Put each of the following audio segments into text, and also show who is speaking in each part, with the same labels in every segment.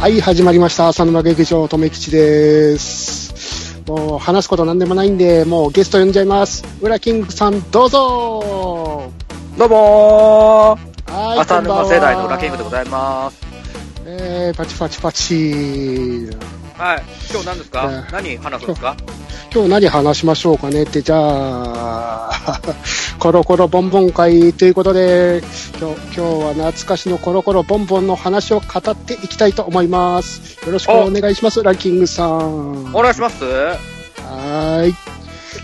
Speaker 1: はい、始まりました。浅沼劇場、とめきちです。もう、話すことなんでもないんで、もうゲスト呼んじゃいます。浦キングさん、どうぞ
Speaker 2: どうもー、
Speaker 1: はい、
Speaker 2: 浅
Speaker 1: こんばん
Speaker 2: 沼
Speaker 1: は
Speaker 2: 世代のラキングでございます。
Speaker 1: えー、パチパチパチ。
Speaker 2: はい。今日何ですか、
Speaker 1: うん
Speaker 2: 何話すんですか
Speaker 1: 今日何話しましょうかねって、じゃあ、コロコロボンボン会ということで、今日今日は懐かしのコロコロボンボンの話を語っていきたいと思います。よろしくお願いします、ラキングさん。
Speaker 2: お願いします
Speaker 1: はーい。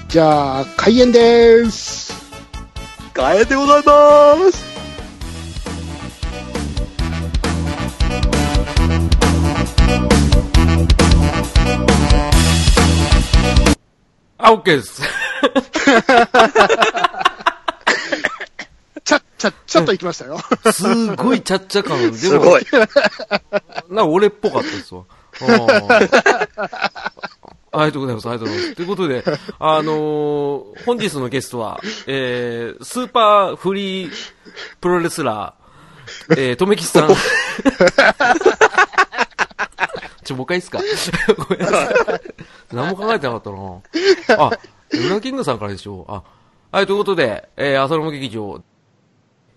Speaker 1: じゃあ、開演です。
Speaker 2: ガエでございます
Speaker 3: あ、OK です。
Speaker 1: ちゃっちゃ、ちょっと行きました よ。
Speaker 3: すごいちゃっちゃ感。 でも
Speaker 2: すごい。。
Speaker 3: な、俺っぽかったですわ。 あーありがとうございます。ありがとうございます。ということで、あのー本日のゲストは、えー、スーパーフリープロレスラー、えー、とめきさん。 ちょ、もう一回いいっすか ごめんなさい。何も考えてなかったなあ、ウラキングさんからでしょあ、はい、ということで、えー、浅沼劇場、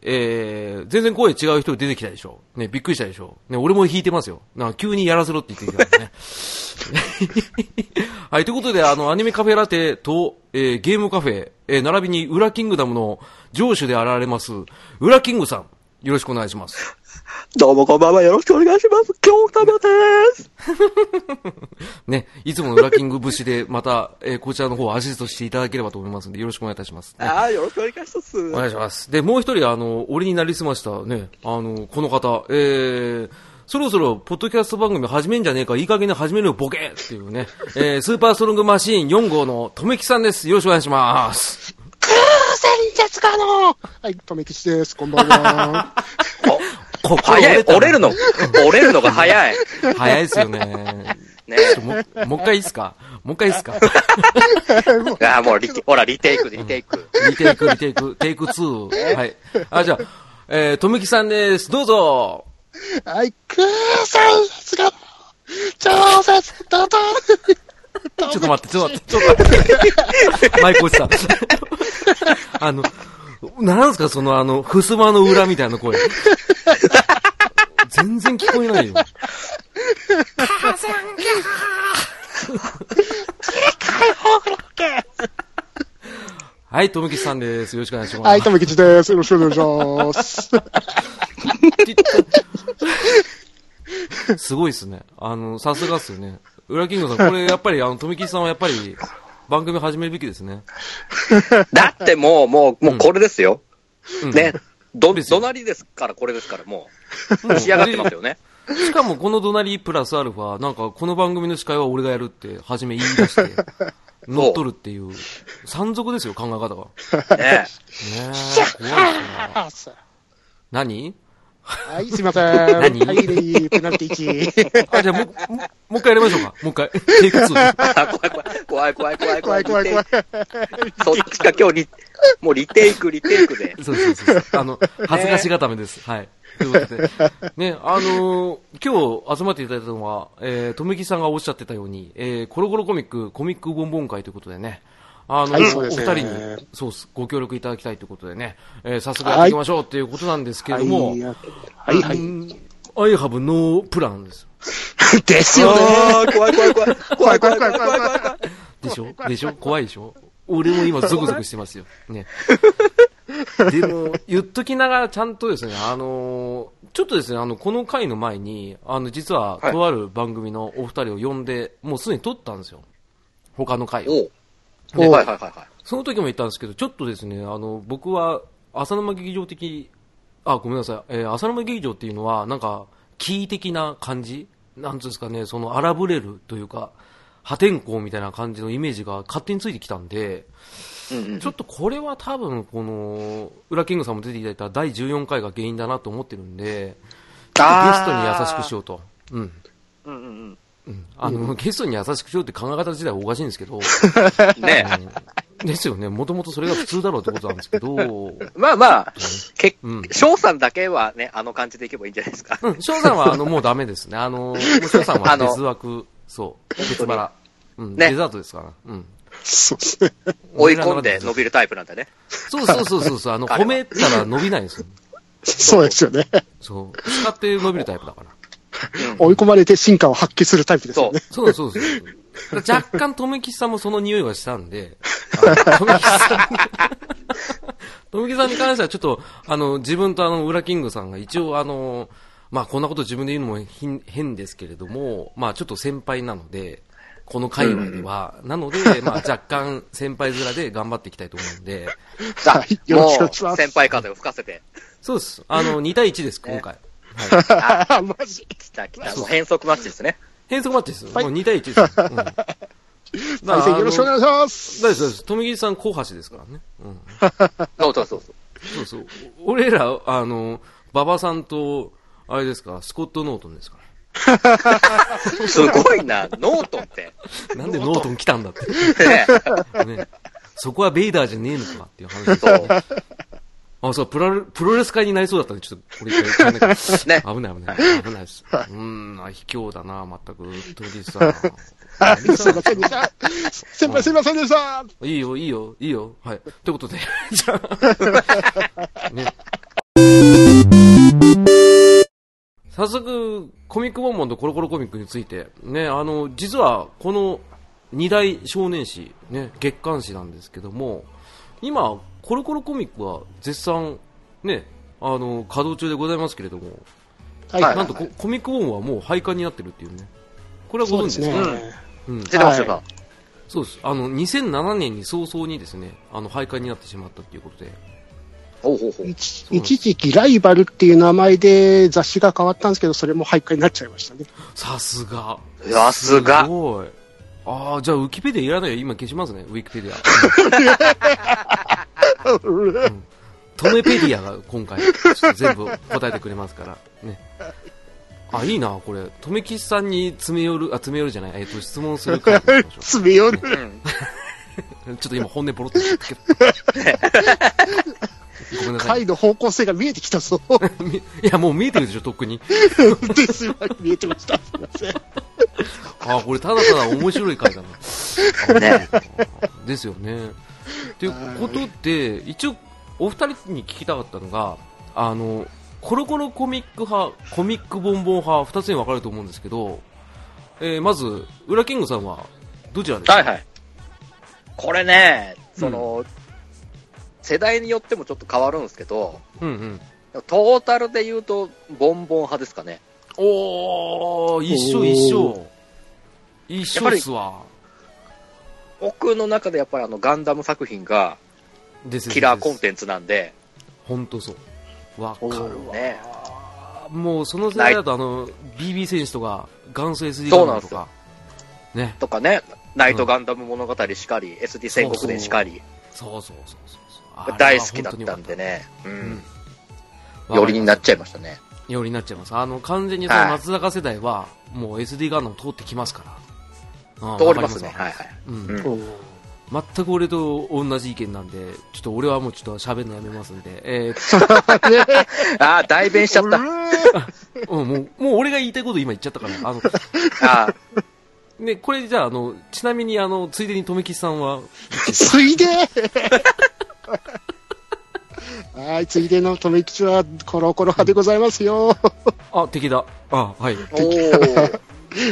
Speaker 3: えー、全然声違う人出てきたでしょ。ね、びっくりしたでしょ。ね、俺も弾いてますよ。なんか急にやらせろって言ってきたからね。 はい、ということで、あの、アニメカフェラテと、えーゲームカフェ、えー並びに、ウラキングダムの上主で現れます、ウラキングさん、よろしくお願いします。
Speaker 2: どうもこんばんは。よろしくお願いします。今日ためです。
Speaker 3: ね、いつものウラキング節で、また、えーこちらの方をアシストしていただければと思いますんで、よろしくお願いいたします。ね
Speaker 2: ああ、よろしくお願いします。
Speaker 3: お願いします。で、もう一人、あの、俺になりすましたね、あの、この方、えー、そろそろ、ポッドキャスト番組始めんじゃねえか、いい加減に始めるよ、ボケっていうね、え ー、スーパーストロングマシーン4号の、とめきさんです。よろしくお願いします。
Speaker 1: はい、とめきちです。こんばんは。
Speaker 3: こ
Speaker 2: 早い。
Speaker 3: たな
Speaker 2: 折れるの。折れるのが早 い。
Speaker 3: 早いですよね。
Speaker 2: ね
Speaker 3: ちょもう、もう一回いいっすかもう一回いいっすか
Speaker 2: ああ、もうリテ、ほら、リテイク、リテイク。
Speaker 3: リテイク、リテイク、テイク2。はい。あ、じゃあ、えー、とめきさんです。どうぞ。
Speaker 1: はい、くーさんですが、超絶だと。
Speaker 3: ちょっと待って、ちょっと待って、ちょっと待って。マイコチさん。 あの、なんですか、その、あの、襖の裏みたいな声。全然聞こえないよ。 はい、とめきさんです。よろしくお願いします。
Speaker 1: はい、とめきちです。よろしくお願いします。
Speaker 3: すごいですね。あの、さすがっすよね。裏キングさん、これやっぱり、あの、富木さんはやっぱり、番組始めるべきですね。
Speaker 2: だってもう、もう、もうこれですよ。
Speaker 3: うん
Speaker 2: ね。。ど、
Speaker 3: ですよ
Speaker 2: どなりですから、これですから、もう。
Speaker 3: もう
Speaker 2: 仕上がってますよね。
Speaker 3: しかもこの怒鳴りプラスアルファ、なんかこの番組の司会は俺がやるって、初め言い出して、乗っ取るっていう、山賊ですよ、考え方が。ね
Speaker 2: ね
Speaker 3: え、怖いっすね何
Speaker 1: はい、すいません。はい、
Speaker 3: 何
Speaker 1: レイ、ペナルティ1。
Speaker 3: あ、じゃあもう、ももう一回やりましょうか。もう一回。 テイク2。
Speaker 2: 怖い怖い怖
Speaker 1: 怖い
Speaker 2: い怖い
Speaker 1: 怖い怖い。
Speaker 2: そっちか今日リ、もうリテイク、リテイクで。
Speaker 3: そうそうそうそう。あの、恥ずかしがためです。はい。ということで。ね、あのー今日集まっていただいたのは、えー、とめきさんがおっしゃってたように、えー、コロコロコミック、コミックボンボン会ということでね。あの、
Speaker 1: はいそ
Speaker 3: お
Speaker 1: うで
Speaker 3: 二
Speaker 1: すね
Speaker 3: 人に、そうっす、ご協力いただきたいということでね、えー、早速やっていきましょうということなんですけれども、
Speaker 1: はい、はい。
Speaker 3: アイハブノープランです。
Speaker 1: です
Speaker 2: あー怖い怖い怖い。怖い怖い怖い怖い怖い怖い。
Speaker 3: でしょでしょ怖いでしょ俺も今ゾクゾクしてますよ。 ね。でも、言っときながらちゃんとですね、あのーちょっとですね、あの、この回の前に、あの、実は、
Speaker 2: はい
Speaker 3: とある番組のお二人を呼んで、もうすでに撮ったんですよ。他の回を。
Speaker 2: おう
Speaker 1: おう
Speaker 2: はいはいはいはい。
Speaker 3: その時も言ったんですけど、ちょっとですね、あの、僕は、浅沼劇場的、あ、ごめんなさい、えー浅沼劇場っていうのは、なんか、キー的な感じなんつうんですかね、その、荒ぶれるというか、破天荒みたいな感じのイメージが勝手についてきたんで、
Speaker 2: うんうん
Speaker 3: ちょっとこれは多分、この、裏キングさんも出ていただいた第14回が原因だなと思ってるんで、ちょっとゲストに優しくしようと。うん。
Speaker 2: うんうん
Speaker 3: うん。あの、ゲストに優しくしようって考え方自体はおかしいんですけど、
Speaker 2: うん。ね
Speaker 3: あのですよね。もともとそれが普通だろうってことなんですけど、
Speaker 2: まあまあ、結
Speaker 3: うん。
Speaker 2: 翔さんだけはね、あの感じでいけばいいんじゃないですか。
Speaker 3: うん、翔さんは、あの、もうダ メですね。あの、もう翔さんは
Speaker 2: あの
Speaker 3: 別枠、そう、別腹。うん、
Speaker 2: ね
Speaker 3: デザートですから。うん。
Speaker 1: そうですね。
Speaker 2: 追い込んで伸びるタイプなんだね。
Speaker 3: そうそうそうそうそう、あの、
Speaker 2: 彼は
Speaker 3: 褒めたら伸びないんですよ。
Speaker 1: そうですよね。
Speaker 3: そう。使って伸びるタイプだから。
Speaker 1: 追い込まれて進化を発揮するタイプですよね。
Speaker 3: そうそうそうそう。若干、とめきさんもその匂いはした んで、あのとめきさん、とめきさんに関してはちょっと、あの、自分とあの、ウラキングさんが一応あの、まあ、こんなこと自分で言うのもひん変ですけれども、まあ、ちょっと先輩なので、この界隈では、なので、まあ、若干先輩面で頑張っていきたいと思うんで、
Speaker 1: はい。よろ
Speaker 2: も
Speaker 1: しくお願
Speaker 2: う
Speaker 1: いしま
Speaker 2: 先輩風を吹かせて。
Speaker 3: そうです。あの、2対1です、今回。はい。
Speaker 1: す。マジ
Speaker 2: 来た来た。もう変則マッチですね。
Speaker 3: 変則マッチです。
Speaker 1: はい
Speaker 3: もう2対1です。 うん、
Speaker 1: 対戦よろしくお願いします。
Speaker 3: 大丈夫です。富木さん、小橋ですからね。うん。
Speaker 2: そうそうそうそう。
Speaker 3: そうそう。お俺ら、あの、馬場さんと、あれですか、スコット・ノートンですか
Speaker 2: すごいな、ノートンって。
Speaker 3: ら。なんでノートン来たんだって。
Speaker 2: ね
Speaker 3: ね、そこはベイダーじゃねえのかっていう話ですよね。あ、そう、プロレプロレス会になりそうだったんで、ちょっと、これ一回変えなきゃ
Speaker 2: ね
Speaker 3: 危ない危ない。危ないです。うーん、あ卑怯だな、全く。富木さん。
Speaker 1: すいませんでした。先輩すいませんでした。
Speaker 3: いいよ、いいよ、いいよ。はい。ということで、 じゃあ、ね。早速、コミックボンボンとコロコロコミックについて、ね、あの、実は、この二大少年誌、ね、月刊誌なんですけども、今、コロコロコミックは絶賛、ね、あの、稼働中でございますけれども、
Speaker 1: はい
Speaker 3: なんとココミックボンボンはもう廃刊になってるっていうね。これはご
Speaker 1: そう
Speaker 3: 存
Speaker 1: で
Speaker 3: 知
Speaker 1: す
Speaker 3: です
Speaker 1: ね
Speaker 3: か。
Speaker 2: 知ってますよ、
Speaker 1: は
Speaker 3: そうです。あの、2007年に早々にですね、あの、廃刊になってしまったっていうことで。
Speaker 2: おうほうほう。
Speaker 1: 一一時期ライバルっていう名前で雑誌が変わったんですけど、それも廃刊になっちゃいましたね。
Speaker 3: さすが。
Speaker 2: さすが
Speaker 3: すごい。ああ、じゃあ、ウィキペディアいらないよ。今消しますね、ウィキペディア。トメペディアが今回、ちょっと全部答えてくれますから。ね。あ、いいな、これ。とめきさんに詰め寄る、あ、詰め寄るじゃない。えっ、と、質問する回に しましょ
Speaker 1: 詰め寄る。
Speaker 2: うん。
Speaker 3: う。ちょっと今、本音ポロっと言っちゃったけど。 ごめんなさい。
Speaker 1: 回の方向性が見えてきた ぞ。
Speaker 3: みいや、もう見えてるでしょ、とっくに。
Speaker 1: ですよ見えてました。す いません。
Speaker 3: あこれただただ面白い回だな。
Speaker 2: ね
Speaker 3: ですよね。ということで、一応、お二人に聞きたかったのが、あの、コロコロコミック派、コミックボンボン派、二つに分かれると思うんですけど、えーまず、ウラキングさんは、どちらですか
Speaker 2: はいはい。これね、その、世代によってもちょっと変わるんですけど、
Speaker 3: うんうん。
Speaker 2: トータルで言うと、ボンボン派ですかね。
Speaker 3: おー、一緒一緒。一緒っすわ。
Speaker 2: 僕の中でやっぱりあのガンダム作品が
Speaker 3: です
Speaker 2: キラーコン
Speaker 3: ン。
Speaker 2: テンツなんで、
Speaker 3: 本当そう。わかるわ。
Speaker 2: ね、
Speaker 3: もうその世代だと、あの、BB 選手とか、元祖 SD
Speaker 2: そうなん
Speaker 3: ガン
Speaker 2: で
Speaker 3: と
Speaker 2: すよ
Speaker 3: か、ね。
Speaker 2: とかね、ナイトガンダム物語しかり、SD 戦国伝しかり、
Speaker 3: そうそうそうそうそう。
Speaker 2: 大好きだったんでね、う
Speaker 3: あれは
Speaker 2: ん、
Speaker 3: 本当良かった。
Speaker 2: よりになっちゃいましたね。
Speaker 3: ゃよりになっちゃいます。あの、完全にその
Speaker 2: はい
Speaker 3: 松坂世代は、もう SD ガンダム通ってきますから。うん
Speaker 2: 通りますね、
Speaker 3: わか
Speaker 2: はいはい。
Speaker 3: うん
Speaker 2: うん
Speaker 3: 全く俺と同じ意見なんで、ちょっと俺はもうちょっと喋るのやめますんで、え
Speaker 2: ああ、代弁しちゃった。
Speaker 3: ーうん、もう、もう俺が言いたいこと今言っちゃったから、あの、
Speaker 2: ああ、
Speaker 3: ね、これじゃあ、あの、ちなみにあの、ついでに留吉さんは、
Speaker 1: ついではい、ついでの留吉はコロコロ派でございますよ。
Speaker 3: あ、敵だ。 あ、はい。
Speaker 2: おー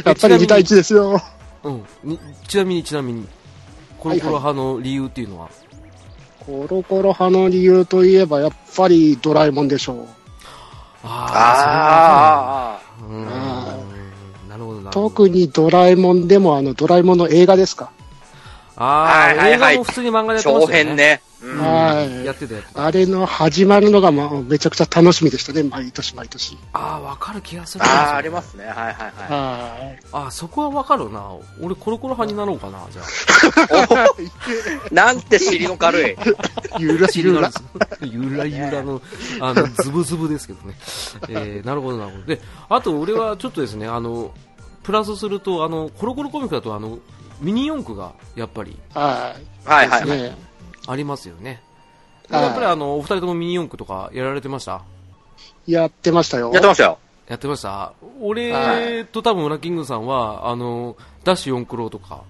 Speaker 1: やっぱり2対1ですよ。
Speaker 3: うん。にちなみに、ちなみに、コロコロ派の理由っていうのは、
Speaker 1: コロコロ派の理由といえば、やっぱりドラえもんでしょう。
Speaker 2: あーあ
Speaker 3: あ
Speaker 1: あ
Speaker 3: ーそれはうんなるほどなるほど。
Speaker 1: 特にドラえもんでも、あの、ドラえもんの映画ですか。
Speaker 3: ああ、
Speaker 2: はいはいはい
Speaker 3: 映画も普通に漫画
Speaker 2: ー、
Speaker 3: でやってま
Speaker 2: 長
Speaker 3: したよ
Speaker 2: 編。ね。うん
Speaker 1: ははい
Speaker 3: やってたやつ。
Speaker 1: あれの始まるのが、まあ、めちゃくちゃ楽しみでしたね、毎年毎年。
Speaker 3: ああ、わかる気がする。
Speaker 2: ああ、ありますね。はいはいはい。
Speaker 1: は
Speaker 3: あーそこはわかるな。俺、コロコロ派になろうかな、じゃあ。
Speaker 2: なんて尻の軽い。
Speaker 1: い。ゆらゆら。
Speaker 3: ゆらゆらの、あの、ズブズブですけどね。えー、なるほど、なるほど。で、あと俺はちょっとですね、あの、プラスすると、あの、コロコロコミックだと、あの、ミニ四駆がやっぱり
Speaker 1: はい。
Speaker 2: はいはい
Speaker 1: で
Speaker 2: は
Speaker 1: す
Speaker 2: い。
Speaker 1: ね。
Speaker 3: ありますよね。
Speaker 1: はい
Speaker 3: やっぱりあの、お二人ともミニ四駆とかやられてました
Speaker 1: やってましたよ。
Speaker 2: やってましたよ。
Speaker 3: やってました
Speaker 1: は
Speaker 3: 俺と多分ウラキングさんは、あの、ダッシュ四クロとか。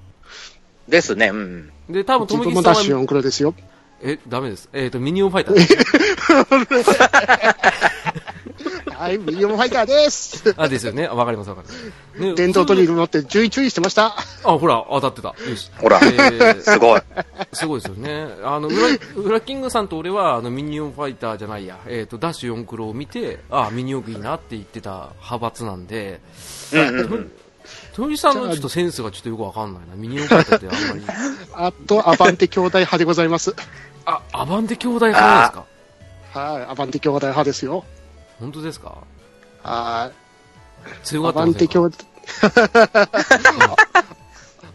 Speaker 2: ですね、うん。
Speaker 3: で、多分と
Speaker 1: 自
Speaker 3: も
Speaker 1: 分
Speaker 3: き
Speaker 1: も
Speaker 3: さ
Speaker 1: ダッシュ
Speaker 3: んは、
Speaker 1: 4クロですよ。
Speaker 3: え、ダメです。えっ、と、ミニオンファイター です。
Speaker 1: はい、ミリオンファイターです。
Speaker 3: あ、ですよね。あわかりますわかります。ね
Speaker 1: 電動ドリル乗って注意注意してました。
Speaker 3: あ、ほら、当たってた。よし。
Speaker 2: ほら
Speaker 3: えー
Speaker 2: すごい。
Speaker 3: すごいですよね。あの、ウラ、ウラキングさんと俺は、あの、ミニオンファイターじゃないや、えっ、と、ダッシュ4クロを見て、あ、ミニオンいいなって言ってた派閥なんで、
Speaker 2: うんうんうん。
Speaker 3: トミさんのちょっとセンスがちょっとよくわかんないな。ミニオンファイターってあんまり。
Speaker 1: あと、アバンテ兄弟派でございます。
Speaker 3: あ、アバンテ兄弟派なんですか
Speaker 1: はい、アバンテ兄弟派ですよ。
Speaker 3: 本当ですか
Speaker 1: は
Speaker 3: 強
Speaker 1: い。
Speaker 3: か
Speaker 1: ア
Speaker 3: った
Speaker 1: バ
Speaker 3: ん
Speaker 1: ン
Speaker 3: です
Speaker 1: テ兄
Speaker 3: か
Speaker 1: 弟。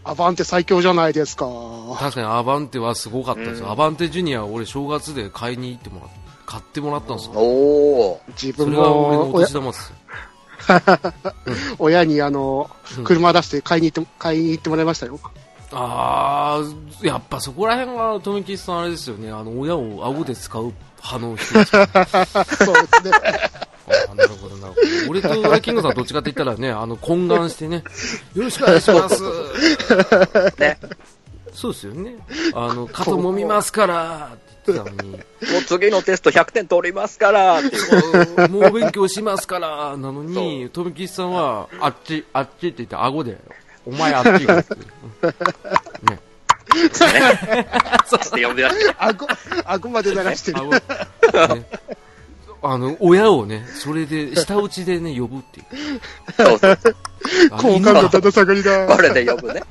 Speaker 1: アバンテ最強じゃないですか。
Speaker 3: 確かにアバンテはすごかったですよ。
Speaker 2: うん
Speaker 3: アバンテジュニアを俺正月で買いに行ってもらっ買ってもらったんですよ。
Speaker 2: おー。
Speaker 1: 自
Speaker 3: そ
Speaker 1: 分
Speaker 3: れが俺の
Speaker 1: も
Speaker 3: お
Speaker 1: 親
Speaker 3: 年玉ですよ。
Speaker 1: 親にあの
Speaker 3: うん
Speaker 1: 車出して買いに行って買いに行ってもらいましたよ。
Speaker 3: あー、やっぱそこら辺は、富吉さんあれですよね、あの、親を顎で使う派の人 ですよ
Speaker 1: そうですね。
Speaker 3: あーなるほど、なるほど。俺とラキングさんどっちかって言ったらね、あの、懇願してね、よろしくお願いします。
Speaker 2: ね。
Speaker 3: そうですよね。あの、肩揉みますから、って言ってたのに。
Speaker 2: もう次のテスト100点取りますから、っていう。
Speaker 3: もうお勉強しますから、なの
Speaker 2: そ
Speaker 3: に、富吉さんは、あっち、あっちって言って、顎で、お前あっちがって。うんね。
Speaker 2: して呼び出して。
Speaker 1: あごあごまで流してる。
Speaker 3: 顎、ね。あの、親をね、それで、下打ちでね、呼ぶ っていう。
Speaker 2: そうそう。
Speaker 3: あ
Speaker 1: 好感度ただ下がりだ。
Speaker 2: これで呼ぶね。
Speaker 3: ね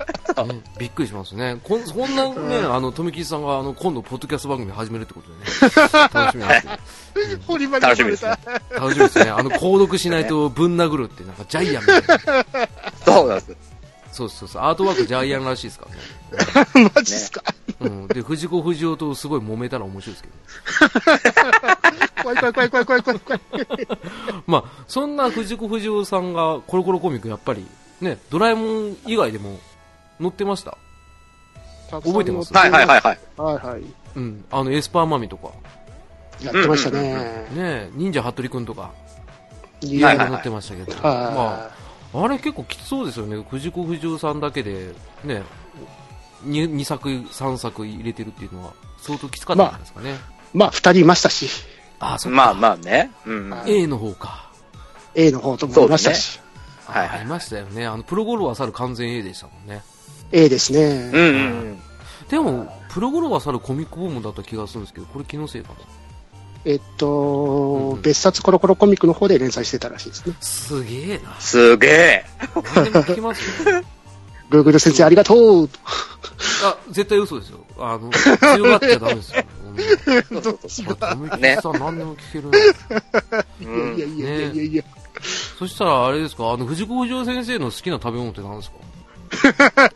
Speaker 3: びっくりしますね。こんそんなね、あの、富吉さんが、あの、今度、ポッドキャスト番組始めるって ことでね。楽しみなんですけど
Speaker 1: 堀場に
Speaker 2: 楽しみですね。
Speaker 3: 楽しみですね。あの、購読しないとぶん殴るって、なんか、ジャイアンみたいな。
Speaker 2: そうなんです。
Speaker 3: そうそうそう。アートワークジャイアンらしいですからね。
Speaker 1: マジっすか。
Speaker 3: うん、で藤子不二雄とすごい揉めたら面白いですけど、
Speaker 1: 怖い怖い怖い怖い怖い怖い怖い。。
Speaker 3: ね、まあそんな藤子不二雄さんがコロコロコミックやっぱりねドラえもん以外でも載ってました、覚えてます
Speaker 2: はいはいはいいはい。
Speaker 1: はいはい。
Speaker 3: うん、あのエスパーマミとか
Speaker 1: やってましたね。
Speaker 3: ね忍者ハットリくんとか
Speaker 1: い
Speaker 3: いろ
Speaker 1: や
Speaker 3: いろ
Speaker 1: は
Speaker 3: 載ってましたけど、
Speaker 1: は
Speaker 3: まあ、あれ結構きつそうですよね藤子不二雄さんだけでね 2, 2作3作入れてるっていうのは相当きつかったんじゃないですかね、
Speaker 1: い。まあ、二人いましたし、
Speaker 3: あ、あそっか、
Speaker 2: まあまあね。うん。
Speaker 1: は
Speaker 2: はい
Speaker 1: あ
Speaker 3: A の方か
Speaker 1: A の方ともいましたし、
Speaker 2: はい
Speaker 3: ありましたよねあのプロゴルファー猿完全 A でしたもんね
Speaker 1: A ですね
Speaker 2: う。んうん
Speaker 3: でも、プロゴルファー猿コミックボムだった気がするんですけど、これ気のせいかな。
Speaker 1: えっ
Speaker 3: んう
Speaker 1: と
Speaker 3: ん、
Speaker 1: 別冊コロコロコミックの方で連載してたらしいですね。
Speaker 3: すげえな。
Speaker 2: すげ え。
Speaker 3: 何でも聞きます よ。
Speaker 1: Google 先生ありがとう
Speaker 3: あ、絶対嘘ですよ。あの、強がっちゃダメ ですよ。
Speaker 2: そうそうそう
Speaker 3: うんコミックさん何でも聞けるな。
Speaker 2: うん
Speaker 1: いやいやいやいやいや。
Speaker 3: そしたら、あれですか、あの、藤子不二雄先生の好きな食べ物って何ですか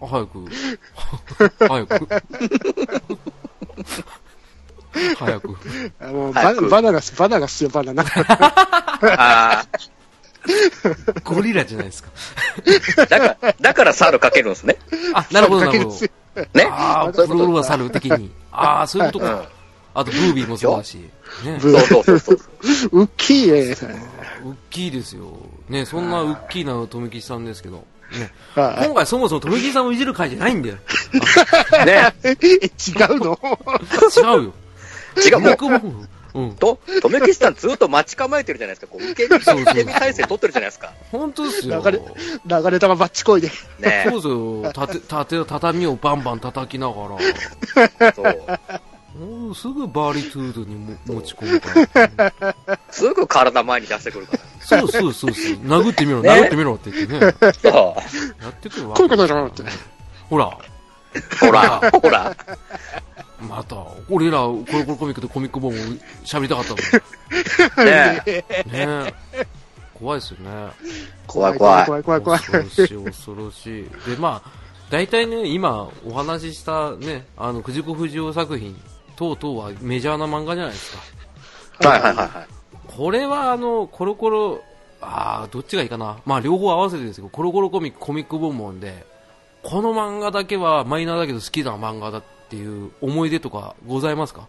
Speaker 3: あ 早く。早く。早く。
Speaker 1: あもうバ
Speaker 2: 早く
Speaker 1: バナナす、バナナっすよ、バナナ。
Speaker 2: あ
Speaker 3: ゴリラじゃないですか。
Speaker 2: あ。だから、だから猿かけるんですね。
Speaker 3: あ、なるほど、なるほど。
Speaker 2: ね。
Speaker 3: ああ、
Speaker 2: そ
Speaker 3: プ
Speaker 2: う
Speaker 3: ロ
Speaker 2: いうこと
Speaker 3: ゴルファー猿的に。ああ、そういうこと
Speaker 2: う
Speaker 3: か。あと、ブービーもそうだし。ね。
Speaker 1: ブ
Speaker 2: そうそう そうそう。
Speaker 1: うっきーえ。
Speaker 3: ウッキーですよ。ね、そんなウッキーな富吉さんですけど。ね、
Speaker 1: はい
Speaker 3: 今回そもそも富吉さんをいじる回じゃないんだよ。
Speaker 2: ね。
Speaker 1: え、違うの
Speaker 3: 違うよ。
Speaker 2: 違う、もう、
Speaker 3: 僕も、うん。
Speaker 2: と、とめきしさんずっと待ち構えてるじゃないですか。こう、受け身、
Speaker 3: そうそう
Speaker 2: 受け身体制取ってるじゃないですか。
Speaker 3: 本当ですよ。
Speaker 1: 流れ流れ玉バッチコイで。
Speaker 2: ね
Speaker 3: そうそう。たて、たて、畳をバンバン叩きながら、
Speaker 2: そう。
Speaker 3: もうすぐバーリトゥードにも持ち込むから。
Speaker 2: すぐ体前に出してくるか
Speaker 3: そうそうそうそう。殴って みろ、
Speaker 2: ね
Speaker 3: 殴ってみろって言ってね。
Speaker 2: ら。そ
Speaker 3: やってくるわ
Speaker 1: こう。いうことだろうって。
Speaker 3: ほら、
Speaker 2: う。ほら、ほら。
Speaker 3: また、俺ら、コロコロコミックとコミックボムを喋りたかったのに。
Speaker 2: ね
Speaker 3: ね怖いですよね。
Speaker 2: 怖い怖い
Speaker 1: 怖い怖い怖い。
Speaker 3: 恐ろしい、恐ろしい。で、まあ、大体ね、今お話ししたね、あの、藤子不二雄作品等々はメジャーな漫画じゃないですか。
Speaker 2: はいはいはいはい。
Speaker 3: これはあの、コロコロああ、どっちがいいかな。まあ、両方合わせてですけど、コロコロコミック、コミックボンボンで、この漫画だけはマイナーだけど好きな漫画だっていう思い出とかございますか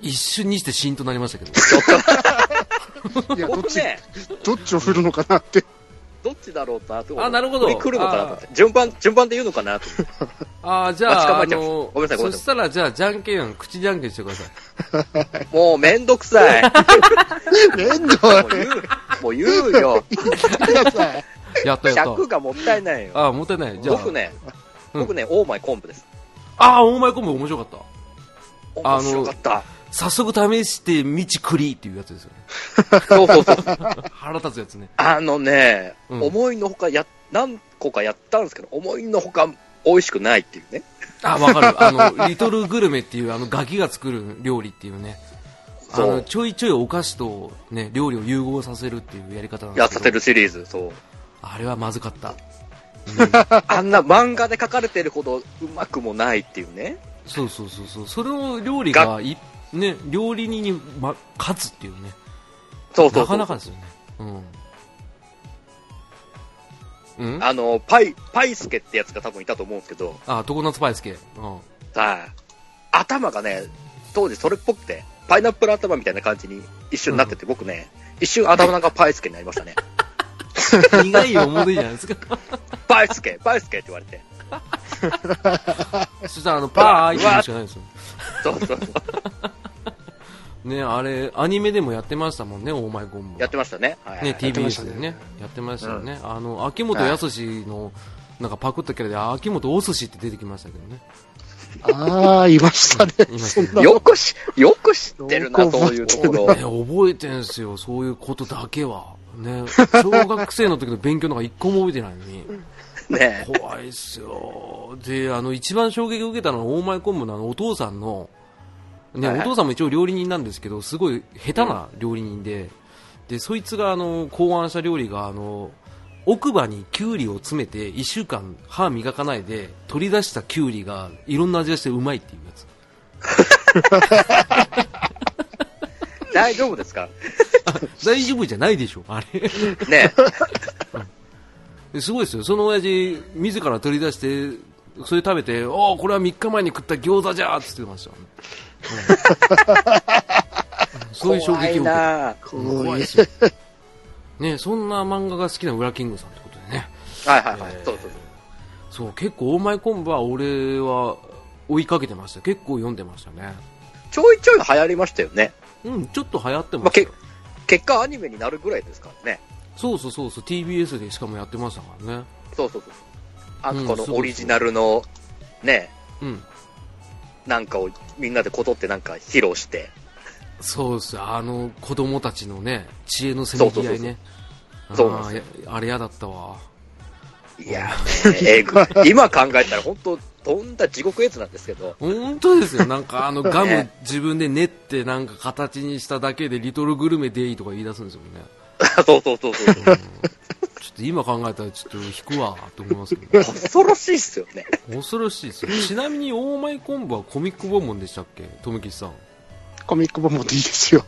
Speaker 3: 一瞬にしてシーンとなりましたけど。
Speaker 1: いや、どっ
Speaker 2: 僕
Speaker 1: ち、
Speaker 2: ね、
Speaker 1: どっちを振るのかなって。
Speaker 2: どっちだろうとなと
Speaker 3: あなるほど
Speaker 2: これ来るのかなと思って。順番、順番で言うのかなと。
Speaker 3: ああ、じゃあ、あ
Speaker 2: 待ち構えちゃいます
Speaker 3: の、
Speaker 2: ごめんなさいごめんな
Speaker 3: そ
Speaker 2: さい
Speaker 3: したら、じゃあ、じゃんけん、口じゃんけんしてください。
Speaker 2: もうめんどくさ い。も
Speaker 1: めんどいう
Speaker 2: 言う、もう言うよ。
Speaker 1: ください。
Speaker 3: やったやった。
Speaker 2: 尺がもったいないよ。
Speaker 3: ああ、もったいない。じゃあ、
Speaker 2: 僕ね、
Speaker 3: うん
Speaker 2: 僕ね、オーマイコンブです。
Speaker 3: ああ、オーマイコンボ面白かった。あの
Speaker 2: 面白かった。
Speaker 3: 早速試して、道くりっていうやつですよね。
Speaker 2: そうそうそう。
Speaker 3: 腹立つやつね。
Speaker 2: あのね、
Speaker 3: うん
Speaker 2: 思いのほかや、何個かやったんですけど、思いのほか美味しくないっていうね。
Speaker 3: あ、わかる。あの、リトルグルメっていう、あの、ガキが作る料理っていうね。あ
Speaker 2: そ
Speaker 3: の、
Speaker 2: う。
Speaker 3: ちょいちょいお菓子とね、料理を融合させるっていうやり方なんで
Speaker 2: やっ
Speaker 3: すけど。
Speaker 2: させるシリーズ、そう。
Speaker 3: あれはまず かった。うん
Speaker 2: あんな漫画で書かれてるほどうまくもないっていうね。
Speaker 3: そうそうそうそう。それを料理がい、ね、料理人に、ま、勝つっていうね。
Speaker 2: そうそうそう。
Speaker 3: なかなかですよね。うん。うんあ
Speaker 2: あの、パイ、パイスケってやつが多分いたと思うんですけど、
Speaker 3: 常夏パイスケ。うん。
Speaker 2: さあ、頭がね、当時それっぽくて、パイナップル頭みたいな感じに一瞬なってて、僕ね、一瞬頭の中パイスケになりました ね。
Speaker 3: 苦い思い出じゃないです か。
Speaker 2: パイスケ、パイスケって言われて。
Speaker 3: そしたら、あの、パーイって言うしかないですよ。
Speaker 2: そうそうそう。
Speaker 3: ね、あれ、アニメでもやってましたもんね、オーマイゴンボ
Speaker 2: やってましたね。はい。
Speaker 3: ね、
Speaker 1: ってまし
Speaker 3: TBS
Speaker 1: たね
Speaker 3: でね、やってましたよね。あの、秋元康の、なんかパクったキャラで、あ秋元お寿司って出てきましたけどね。
Speaker 1: ああ、いましたね。
Speaker 3: いまし
Speaker 1: そ
Speaker 3: た
Speaker 1: んな
Speaker 3: ね
Speaker 2: よくし、よく知ってるな、
Speaker 1: よく
Speaker 2: そういうところ。
Speaker 3: え覚えてんすよ、そういうことだけは。ね、小学生の時の勉強なんか一個も覚えてないのに。
Speaker 2: ね
Speaker 3: 怖いっすよ。で、あの、一番衝撃を受けたのは、オーマイコンブのあの、お父さんの、ね、
Speaker 2: はいはい
Speaker 3: お父さんも一応料理人なんですけど、すごい下手な料理人で、で、そいつが、あの、考案した料理が、あの、奥歯にキュウリを詰めて、一週間歯磨かないで、取り出したキュウリが、いろんな味がしてうまいっていうや つ。
Speaker 2: 大丈夫ですか
Speaker 3: 大丈夫じゃないでしょ、あれ。
Speaker 2: ね
Speaker 3: ですごいですよ、その親父、自ら取り出して、それ食べて、おお、これは3日前に食った餃子じゃーっつってましたよね、うんそういう衝
Speaker 2: 怖
Speaker 3: 撃
Speaker 2: い
Speaker 3: を受けた
Speaker 2: なぁ
Speaker 3: 怖いですよ、ね、そんな漫画が好きなウラキングさんってことでね、
Speaker 2: はいはいはい。そうそう
Speaker 3: そう結構、オーマイコンブは俺は追いかけてました、結構読んでましたね、
Speaker 2: ちょいちょい流行りましたよね。
Speaker 3: うん、ちょっと流行って
Speaker 2: ま
Speaker 3: ま
Speaker 2: あ、
Speaker 3: し
Speaker 2: け
Speaker 3: たよ、
Speaker 2: 結果アニメになるぐらいですからね。
Speaker 3: そうそうそうそう、TBS でしかもやってましたからね、
Speaker 2: そうそうそう。あ
Speaker 3: うん
Speaker 2: とこ
Speaker 3: そう
Speaker 2: の
Speaker 3: そう
Speaker 2: オリジナルの、ね、
Speaker 3: うん、
Speaker 2: なんかをみんなでこぞってなんか披露して。
Speaker 3: そうですあの子供たちのね知恵のせめぎ合いね
Speaker 2: そうそうそうそうそうな
Speaker 3: あ
Speaker 2: ん
Speaker 3: ー
Speaker 2: で
Speaker 3: やあれ嫌だったわ
Speaker 2: いやーね、えぐい今考えたら本当とんだ地獄絵図なんですけど、
Speaker 3: 本当ですよなんかあの ガム
Speaker 2: ね
Speaker 3: 自分で練ってなんか形にしただけでリトルグルメデイとか言い出すんですよね
Speaker 2: そうそうそう そう。
Speaker 3: ちょっと今考えたらちょっと引くわと思いますけ ど
Speaker 2: 恐ろしいっすよ ね。
Speaker 3: 恐ろしいですよちなみにオーマイコンボはコミックボンボンでしたっけ富吉さん
Speaker 1: コミックボンボンでいいですよ。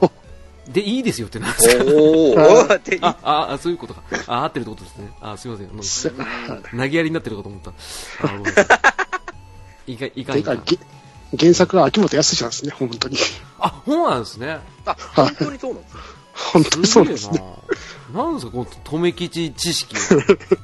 Speaker 3: でいいですよってなんですか
Speaker 2: おーおーって、
Speaker 3: あああそういうことかあ合ってるってことですねあすいませんあの投げやりになってるかと思ったあごめんなさいいかいか
Speaker 1: て
Speaker 3: んい
Speaker 1: か、
Speaker 3: かん
Speaker 1: げ原作は秋元康なんですね、本当に。
Speaker 3: あ、本なんですね。
Speaker 2: あ、本当にそうなんですよ。
Speaker 1: 本当に
Speaker 3: す
Speaker 1: そう
Speaker 3: ごい
Speaker 1: で
Speaker 3: よ
Speaker 1: すね。
Speaker 3: な。なんですか、この、とめきち 知識。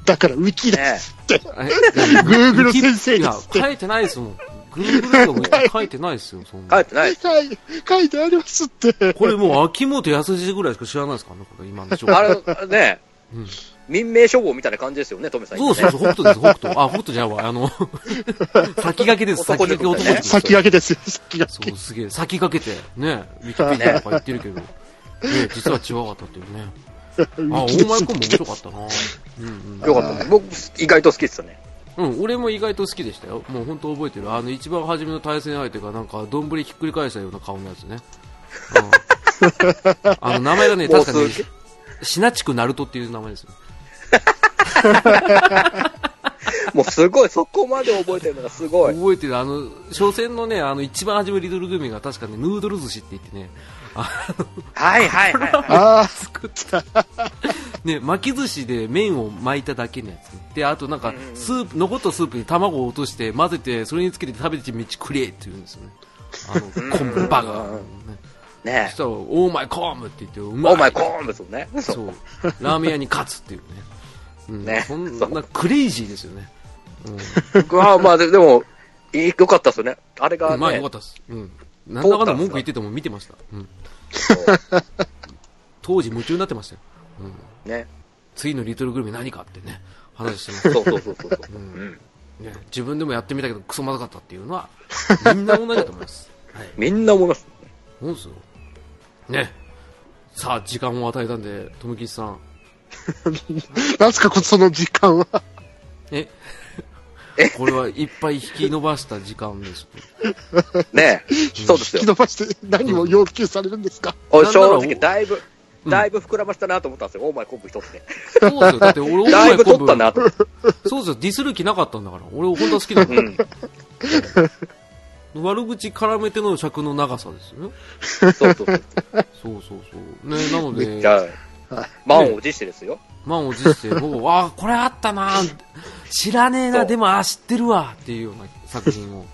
Speaker 1: だから、ウィキだ。
Speaker 2: ね
Speaker 3: え、い
Speaker 1: Google 先生で
Speaker 3: や、
Speaker 1: すって。
Speaker 3: 書いてないですもん。Google とかも書いてないですよ、そん
Speaker 2: 書
Speaker 3: な。
Speaker 2: いてない。
Speaker 1: 書い書いてありますって。
Speaker 3: これもう秋元康ぐらいしか知らないですからね、これ今の 情報。
Speaker 2: あれ、ね、
Speaker 3: うん
Speaker 2: 民命処方みたいな感じですよね、トメさん。
Speaker 3: そうそうそう、北斗です、北斗。あ、北斗じゃないわ、あの、 先駆けです、先
Speaker 2: 男
Speaker 3: 駆
Speaker 2: 塾
Speaker 3: け男
Speaker 2: だね
Speaker 3: 塾。
Speaker 1: 先駆けですよ、先
Speaker 3: そ
Speaker 1: 駆
Speaker 3: う、
Speaker 1: け。
Speaker 3: すげえ、先駆けて、ね、ウィキペディアとか言ってるけど、ね、実は違かったっていうね。
Speaker 1: ウ
Speaker 3: あ、
Speaker 1: ィ
Speaker 3: 大
Speaker 1: キです
Speaker 3: 前コンも面白かったな。うんうん。
Speaker 2: よかった。僕、意外と好きですよね。
Speaker 3: うん、俺も意外と好きでしたよ。もう本当覚えてる。あの、一番初めの対戦相手がなんか、どんぶりひっくり返したような顔のやつね。うん、あの、名前がね、
Speaker 2: もう
Speaker 3: 確か
Speaker 2: す
Speaker 3: に、シナチクナルトっていう名前ですよ。
Speaker 2: もうすごい、そこまで覚えてるのがすごい。
Speaker 3: 覚えてる。あの、初戦のね、あの、一番初めリトルグミが確かね、ヌードル寿司って言ってね、
Speaker 2: はいはいはいはい。
Speaker 1: ああ、
Speaker 3: 作った。ね、巻き寿司で麺を巻いただけのやつね。で、あとなんか
Speaker 2: うんう、ん
Speaker 3: スープ、残ったスープに卵を落として混ぜて、それにつけて食べてみちくれって言うんですよね。あの、コンバが。ねそ
Speaker 2: ね
Speaker 3: したら、オーマイコームって言って、う まい。
Speaker 2: お前コーンですもんね。そう
Speaker 3: そう。ラーメン屋に勝つっていうね。うん、
Speaker 2: ね
Speaker 3: そんなクレイジーですよね。
Speaker 2: 僕はまあででも、いい良かったですよね。あれ
Speaker 3: う
Speaker 2: が
Speaker 3: ん、まあ
Speaker 2: ね
Speaker 3: よかったです。うん。なんだかんだ文句言ってても見てました。うん。当時夢中になってましたよ。
Speaker 2: ね。
Speaker 3: 次のリトルグルメ何かってね、話してました。
Speaker 2: そうそうそうそう。 うん
Speaker 3: ね、自分でもやってみたけどクソまずかったっていうのはみんな同じだと思います、はい、
Speaker 2: みんな思います。
Speaker 3: そうですよねさあ時間を与えたんで友吉さん
Speaker 1: なんすか、その時間は。
Speaker 3: えこれはいっぱい引き伸ばした時間です
Speaker 2: ねそうです
Speaker 1: 引き
Speaker 2: よ。
Speaker 1: 伸ばして、何を要求されるんですか。
Speaker 2: お
Speaker 3: なんなら
Speaker 2: 正直、だいぶ、だいぶ膨らましたなと思ったんですよ。お前昆布一つで。
Speaker 3: そうですよだって俺お
Speaker 2: だい
Speaker 3: 前
Speaker 2: ぶ取
Speaker 3: 昆
Speaker 2: ったな
Speaker 3: 布
Speaker 2: と思って。
Speaker 3: そうですよディスる気なかったんだから俺本当は好きだか
Speaker 2: うん。
Speaker 3: ら 悪口絡めての尺の長さですよね
Speaker 2: そうそうそう。
Speaker 3: そうそうそう ねなの
Speaker 2: じゃ
Speaker 3: で
Speaker 2: あ、満を持してですよ。
Speaker 3: 満を持してもうああこれあったな知らねえ
Speaker 2: そ
Speaker 3: な
Speaker 2: う
Speaker 3: でもああ知ってるわっていうような作品を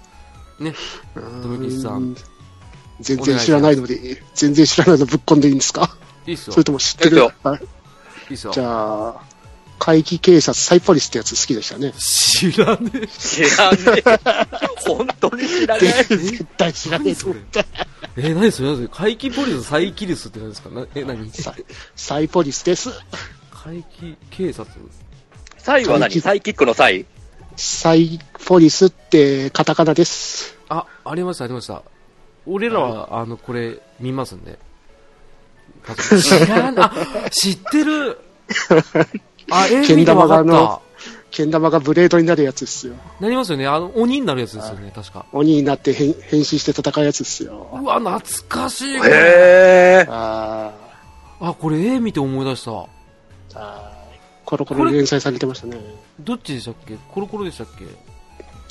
Speaker 3: ね富吉さん
Speaker 1: 全然知らないので、全然知らないのぶっこんでいいんですか
Speaker 3: いいっすよ
Speaker 1: それとも知って
Speaker 2: いい
Speaker 1: る
Speaker 2: です
Speaker 1: はい
Speaker 3: いいっすよ
Speaker 1: じゃあ、怪奇警察サイポリスってやつ好きでしたね。
Speaker 3: 知らねえ
Speaker 2: 知ら ねえ。本当に知らねえ。
Speaker 1: 絶対知らねえぞ
Speaker 3: 何それえー、何それ何それ怪奇ポリスサイキリスって何ですかなえ何
Speaker 1: サイサイポリスです。
Speaker 3: 怪奇警察
Speaker 2: サイは何サイキックのサイ
Speaker 1: サイポリスってカタカナです。
Speaker 3: あありましたありました俺らはあのこれ見ますんで知らなあ知ってる あ映
Speaker 1: け
Speaker 3: 見
Speaker 1: ん
Speaker 3: て
Speaker 1: 玉
Speaker 3: 分か
Speaker 1: が
Speaker 3: った
Speaker 1: のけん玉がブレードになるやつですよ。
Speaker 3: なりますよねあの鬼になるやつですよね確か
Speaker 1: 鬼になって変変身して戦うやつですよ。
Speaker 3: うわ懐かしいこれ
Speaker 2: へえ。
Speaker 1: あ
Speaker 3: あこれ絵見て思い出した
Speaker 1: ーあー、コロコロで連載されてましたね。
Speaker 3: どっちでしたっけコロコロでしたっけ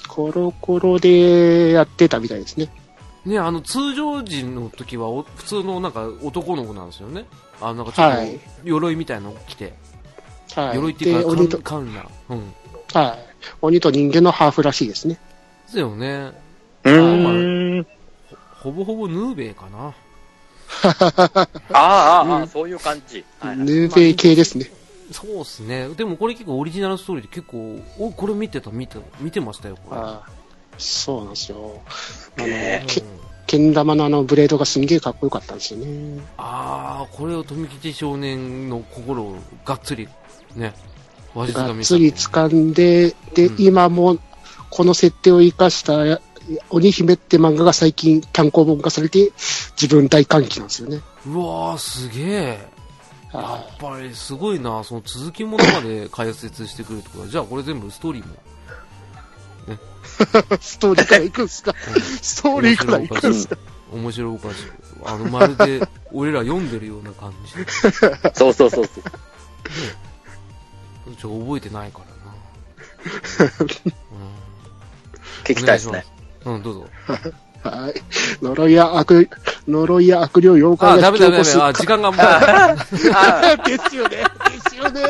Speaker 1: コロコロでやってたみたいですね。
Speaker 3: ね、あの通常時の時はお普通のなんか男の子なんですよね、あのなんかちょっ
Speaker 1: はい
Speaker 3: と鎧みたいなの着て、
Speaker 1: はい。
Speaker 3: 鎧っていう
Speaker 1: で
Speaker 3: か、
Speaker 1: 鬼と、
Speaker 3: カンラ、うん、
Speaker 1: はい。鬼と人間のハーフらしいですね。
Speaker 3: ですよね、
Speaker 2: うーん。
Speaker 3: ほぼほぼヌーベイかな、
Speaker 2: あーあー、あーそういう感じ。はいはい
Speaker 1: ヌーベイ系ですね。
Speaker 3: そうっすね、でもこれ結構オリジナルストーリーで、結構、おこれ見てた、見て見てましたよ、これ、
Speaker 1: ああそうなんですよ。あの、
Speaker 2: ね
Speaker 1: けけん玉のあのブレードがすんげえかっこよかったんですよね。
Speaker 3: あー、これを富吉少年の心をがっつり、ね、わしづ
Speaker 1: が
Speaker 3: かみ
Speaker 1: っ
Speaker 3: に
Speaker 1: つり
Speaker 3: した
Speaker 1: 掴んで、で、
Speaker 3: うん
Speaker 1: 今もこの設定を生かしたや鬼姫って漫画が最近単行本化されて自分大歓喜なんですよね。
Speaker 3: うわー、すげえ。や
Speaker 1: あ
Speaker 3: っぱりすごいな、その続きものまで解説してくるってことは、じゃあこれ全部ストーリーも。
Speaker 1: あ ストーリーから行くんすかストーリーから行くんすか
Speaker 3: 面白おかしい。あの、まるで、 俺ら読んでるような感じ。ち
Speaker 2: そうそうそうそう。
Speaker 3: ょっと覚えてないからな。
Speaker 2: 聞きたいですね。
Speaker 3: うん、どうぞ。
Speaker 1: はい。呪いや悪、呪いや悪霊妖
Speaker 3: あ、
Speaker 1: 怪
Speaker 3: ダ
Speaker 1: が引き
Speaker 3: メ
Speaker 1: 起
Speaker 3: ダメダ
Speaker 1: こす
Speaker 3: メ。あ、時間がもう。
Speaker 1: ですよね。ですよね。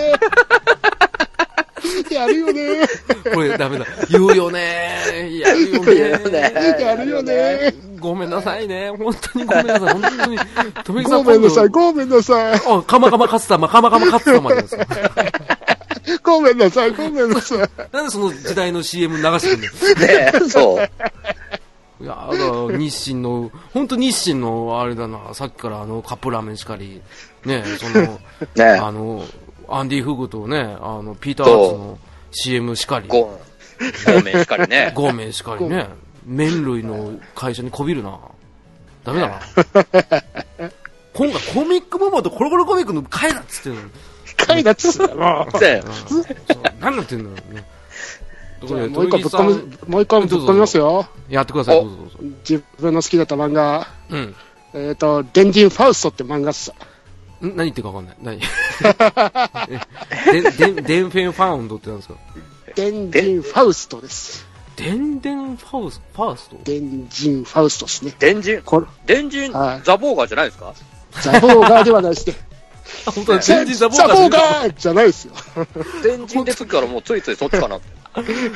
Speaker 1: やるよね。
Speaker 3: これダメだ。言うよねー。やるよね
Speaker 2: やるよね
Speaker 3: ー。
Speaker 1: やるよね。
Speaker 3: ごめんなさいね。本当にごめんなさい。本当に。富木さ
Speaker 1: ご
Speaker 3: ん
Speaker 1: めんなさい、ごめんなさい。
Speaker 3: あ、かまかま勝つたま、かまかま勝つたまでですよ。
Speaker 1: ごめんなさい、ごめんなさい。
Speaker 3: なんでその時代の CM 流してくんだよ。
Speaker 2: ねえ、そう。
Speaker 3: いやだから日清の、本当日清のあれだな、さっきからあのカップラーメンしかり、ね、その、
Speaker 2: ねえ
Speaker 3: あの、アンディ・フグとね、あの、ピーター・ハーツの CM しかり、
Speaker 2: ご、ごめん、しっかり ね。
Speaker 3: ゴーメンしかりね、麺類の会社にこびるな。ダメだな。今回コミックボボとコロコロコミックの回だっつってんのに、
Speaker 1: 回だっつうの
Speaker 2: で
Speaker 3: 何やって んだろうね。ところで
Speaker 1: もう一個ぶっ
Speaker 3: 豊木さん
Speaker 1: 込む、もう一個ぶっ込みますよ。
Speaker 3: やってください、どうぞどうぞ。
Speaker 1: 自分の好きだった漫画。
Speaker 3: うん。
Speaker 1: えっ、と、電人ファウストって漫画っす。
Speaker 3: ん何言ってる かわかんない。何ででデンフェンファウンドってなんですか
Speaker 1: 電人ファウストです。
Speaker 3: 電電ファウス、ファースト
Speaker 1: 電人ファウストですね。
Speaker 2: 電人、
Speaker 1: これ、
Speaker 2: 電人
Speaker 1: はい、
Speaker 2: ザボーガーじゃないですか
Speaker 1: ザボーガーではない ですね。
Speaker 3: あ、本当だ、
Speaker 1: ザ
Speaker 3: 電
Speaker 1: ボ
Speaker 3: 人ザボー
Speaker 1: ーガ
Speaker 3: ガー
Speaker 1: ーじゃないですよ。
Speaker 2: 電人でつくからもうついついそっちかなって。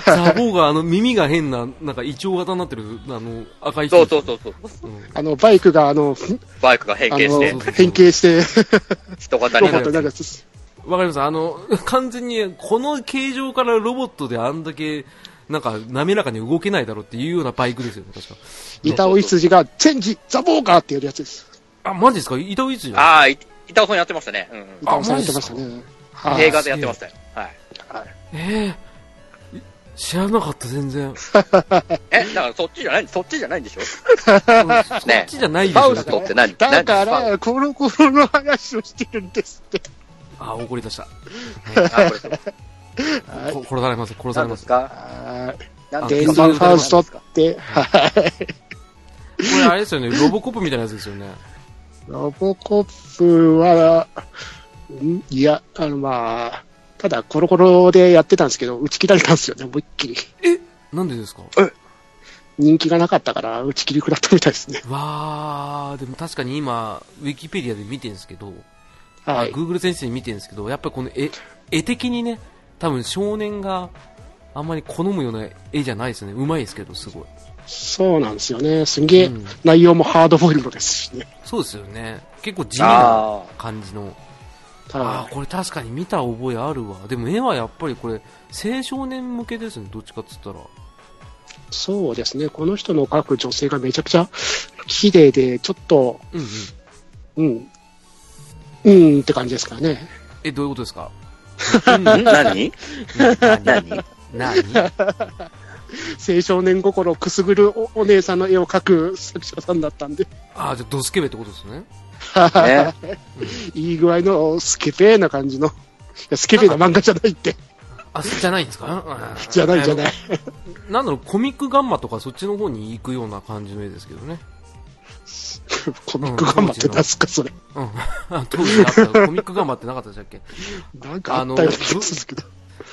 Speaker 3: ザボーガー、あの、耳が変な、なんか、イチョウ型になってる、あの、赤い人。
Speaker 2: そうそうそうそう。
Speaker 3: うん
Speaker 1: あの、バイクが、あの、ふ
Speaker 2: バイクが変
Speaker 1: あ
Speaker 2: 形して
Speaker 1: の、、変形して、
Speaker 2: 人型
Speaker 1: ロ
Speaker 2: に
Speaker 1: ボッ
Speaker 2: な
Speaker 1: ト
Speaker 2: っ て
Speaker 1: になるや
Speaker 3: わかります。あの、 完全に、この形状からロボットであんだけ、なんか、滑らかに動けないだろうっていうようなバイクですよね、確か。
Speaker 1: 板尾いつじが、チェンジ、ザボーガーってやるやつです。
Speaker 3: あ、マジですか板尾いつじゃん
Speaker 2: ああ、い板尾さんやってましたね。うんうん
Speaker 1: 板尾さんやってましたね。はい
Speaker 2: 映画でやってましたよ。はい。
Speaker 3: ええい知らなかった、全然。
Speaker 2: え、だからそっちじゃない、そっちじゃないんでしょ
Speaker 3: そっ
Speaker 2: ね
Speaker 3: ちじゃないでし
Speaker 2: ファ
Speaker 3: ょ
Speaker 2: ウス。トって何
Speaker 1: だか
Speaker 2: 何
Speaker 1: ら、コロコロの話をしてるんですって。
Speaker 3: あ、怒り出した。
Speaker 2: ですかあこれ
Speaker 1: はい
Speaker 3: こ殺されます、殺さ
Speaker 2: 何
Speaker 3: れま。
Speaker 2: ですす
Speaker 3: こ
Speaker 2: か
Speaker 1: はい
Speaker 2: 何
Speaker 3: 電
Speaker 1: 電
Speaker 2: です
Speaker 1: 人
Speaker 2: か
Speaker 1: ファウストって、
Speaker 3: れあれですよね、ロボコップみたいなやつですよね。
Speaker 1: ロボコップは、んいや、あの、まあ、ただ、コロコロでやってたんですけど、打ち切られたんですよね、思いっきり。
Speaker 3: なんでですか
Speaker 1: 人気がなかったから、打ち切り食らったみたいですね。
Speaker 3: わー、でも確かに今、ウィキペディアで見てるんですけど、
Speaker 1: は
Speaker 3: あ
Speaker 1: い。
Speaker 3: Google 先生に見てるんですけど、やっぱりこの絵、絵的にね、多分少年があんまり好むような絵じゃないですね。うまいですけど、すごい。
Speaker 1: そうなんですよね。すんげえ、
Speaker 3: うん
Speaker 1: 内容もハードボイルドですしね。
Speaker 3: そうですよね。結構地味な
Speaker 2: あ
Speaker 3: 感じの。あ
Speaker 1: は
Speaker 3: あ、これ確かに見た覚えあるわ。でも絵はやっぱりこれ、青少年向けですね、どっちかっつったら。
Speaker 1: い。そうですね。この人の描く女性がめちゃくちゃ綺麗で、ちょっと、
Speaker 3: うんうん。
Speaker 1: うん、うんって感じですからね。
Speaker 3: え、どういうことですか
Speaker 2: あ。ん何
Speaker 3: 何
Speaker 2: 何
Speaker 3: 何
Speaker 1: 青少年心をくすぐるおお姉さんの絵を描く作者さんだったんで、
Speaker 3: ああ、じゃあドスケベってことですね。
Speaker 2: ね
Speaker 1: いい具合のスケベーな感じの、いやスケベーな漫画じゃないって、
Speaker 3: あ、じゃないんですか
Speaker 1: じゃないじゃない
Speaker 3: い。。なんだろう、コミックガンマとかそっちの方に行くような感じの絵ですけどね。
Speaker 1: コミック頑張って出すか、それ。
Speaker 3: うん。 当時あった、コミックガンマってなかったでしたっけ
Speaker 1: なんかあったような
Speaker 3: あの
Speaker 1: 気がするけど。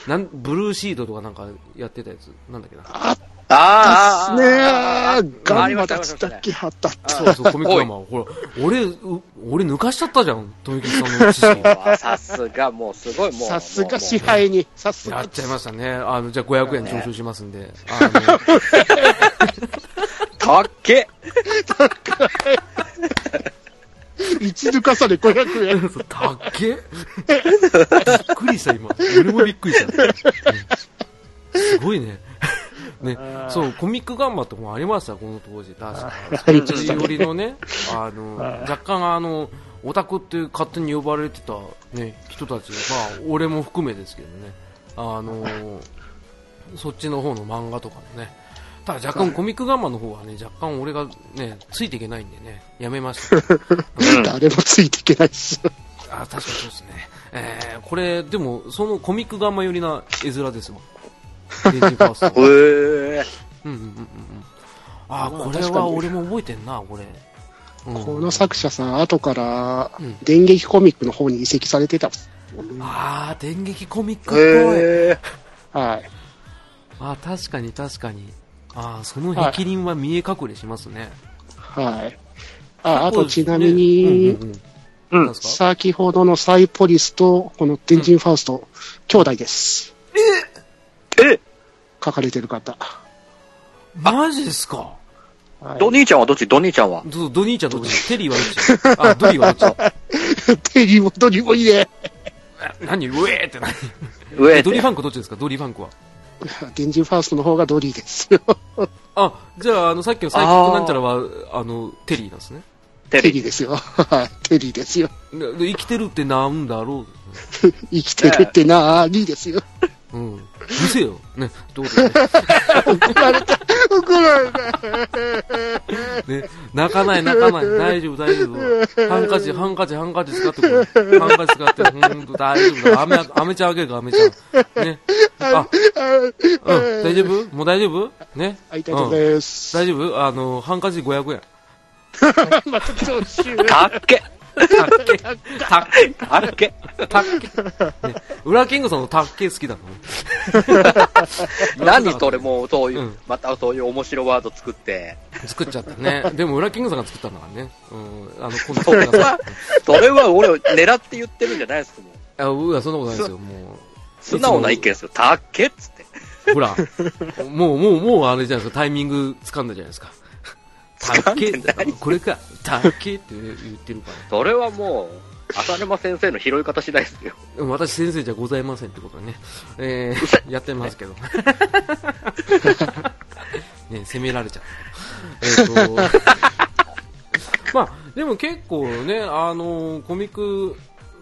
Speaker 3: なんブルーシードとかなんかやってたやつ。なんだっけな。
Speaker 1: あっ
Speaker 2: あ
Speaker 1: たっ
Speaker 2: ー
Speaker 1: すね
Speaker 2: あー
Speaker 1: ー。ガンマだ
Speaker 2: ありま
Speaker 1: っ
Speaker 2: した
Speaker 1: っけあったあった。
Speaker 3: そうそう、コミックガンマ。ほら、俺、う俺抜かしちゃったじゃん。富木さんの知識。
Speaker 2: ありましたうわさすが、もうすごい、もう。
Speaker 1: さすが
Speaker 2: もう
Speaker 1: 支配に、さす
Speaker 3: や
Speaker 1: が
Speaker 3: っ。ちゃいましたね。あの、じゃあ500円徴収しますんで。あ
Speaker 2: たっけ
Speaker 1: 一抜かされ500円。
Speaker 3: の、そうたっけびっくりした、今。俺もびっくりした。うんすごいね。ね、そう、コミックガンマとかもありました、この当時。確か。
Speaker 1: ありま
Speaker 3: そ
Speaker 1: し
Speaker 3: れ
Speaker 1: た
Speaker 3: よ
Speaker 1: ね。
Speaker 3: りのね、あの、若干あの、オタクって勝手に呼ばれてたね、人たち、まあ、俺も含めですけどね、あの、そっちの方の漫画とかもね、ただ若干コミックガンマの方はね、若干俺がね、ついていけないんでね、やめました。
Speaker 1: 誰もついていけないっす。
Speaker 3: あ、確かにそうですね。えー、これ、でも、そのコミックガンマ寄りな絵面ですもん。電磁ファースト
Speaker 2: へ
Speaker 3: は
Speaker 2: ー
Speaker 3: うんうんうんうん。あー、
Speaker 1: まあ
Speaker 3: これ
Speaker 1: 確か
Speaker 3: は
Speaker 1: に
Speaker 3: 俺も覚えてんな、これ。うん
Speaker 1: この作者さん、後から
Speaker 3: うん、
Speaker 1: 電撃コミックの方に移籍されてたっす。
Speaker 3: ああ、電撃コミックっぽい。
Speaker 2: へー
Speaker 1: はい。
Speaker 3: あー確かに確かに。ああ、その壁輪は見え隠れしますね。
Speaker 1: はい。あ、あ
Speaker 3: そう
Speaker 1: と
Speaker 3: ですね
Speaker 1: ちなみに
Speaker 3: う、んうんうん
Speaker 2: うん
Speaker 3: なんですか
Speaker 1: 先ほどのサイポリスと、この天神ファウスト、兄弟です。
Speaker 2: え
Speaker 1: 書かれてる方。
Speaker 3: マジですか
Speaker 1: はい
Speaker 2: ドニーちゃんはどっちドニーちゃんは。
Speaker 3: どドニーちゃんとテリーはどっちあ、ドリーはどっち
Speaker 1: テリーもドリーもいいね。
Speaker 3: 何ウェーって何
Speaker 2: 上
Speaker 3: え
Speaker 2: っ
Speaker 3: ドリ
Speaker 2: て
Speaker 3: ーフ。ァンクどっちですかドリーファンクは。
Speaker 1: 天神ファウストの方がドリーですよ。
Speaker 3: あ、じゃあ、あの、さっきのサイキックなんちゃらは、あの、テリーなんですね。
Speaker 2: テ
Speaker 1: テ
Speaker 2: レ
Speaker 1: リー
Speaker 2: ビ。
Speaker 1: ですよ。はいテリーですよ。
Speaker 3: でで生きてるってなんだろ
Speaker 1: 生きてるってなーにですよ。
Speaker 3: ううん。うるせえよ。ね、どういうこと
Speaker 1: 怒られた。怒られた。
Speaker 3: ね、泣かない泣かない大丈夫大丈夫ハンカチハンカチハンカチ使ってこれハンカチ使って本当大丈夫だ飴あ飴ちゃんあげるから飴ちゃんねあうん大丈夫もう大丈夫ね
Speaker 1: はい、大
Speaker 3: うん
Speaker 1: 丈夫です。
Speaker 3: 大丈夫あのハンカチ500円
Speaker 1: また徴収。
Speaker 2: たっけ
Speaker 3: たっけ、たっけ、
Speaker 2: あれっけ
Speaker 3: たっけ。ね、裏キングさんのたっけ好きだもん。
Speaker 2: 何それもうそういう、
Speaker 3: うん
Speaker 2: またそういう面白ワード作って、
Speaker 3: 作っちゃったね。でも裏キングさんが作ったんだからね。うん、あの、今
Speaker 2: それ
Speaker 3: 度
Speaker 2: は、 それは俺を狙って言ってるんじゃないですもん。
Speaker 3: あ、うわ、そんなことないですよ、もう。
Speaker 2: 素直な意見ですよ。たっけっつって。
Speaker 3: ほら、もう、もう、もう、あれじゃないですか、タイミング掴んだじゃないですか。たっけ
Speaker 2: 掴んでない
Speaker 3: これか、たっけって言ってるから。
Speaker 2: それはもう、浅沼先生の拾い方次第ですよ。
Speaker 3: でも私先生じゃございませんってことはね、えー、やってます けど。ね、責められちゃった。えっ、と、まあ、でも結構ね、あのコミック、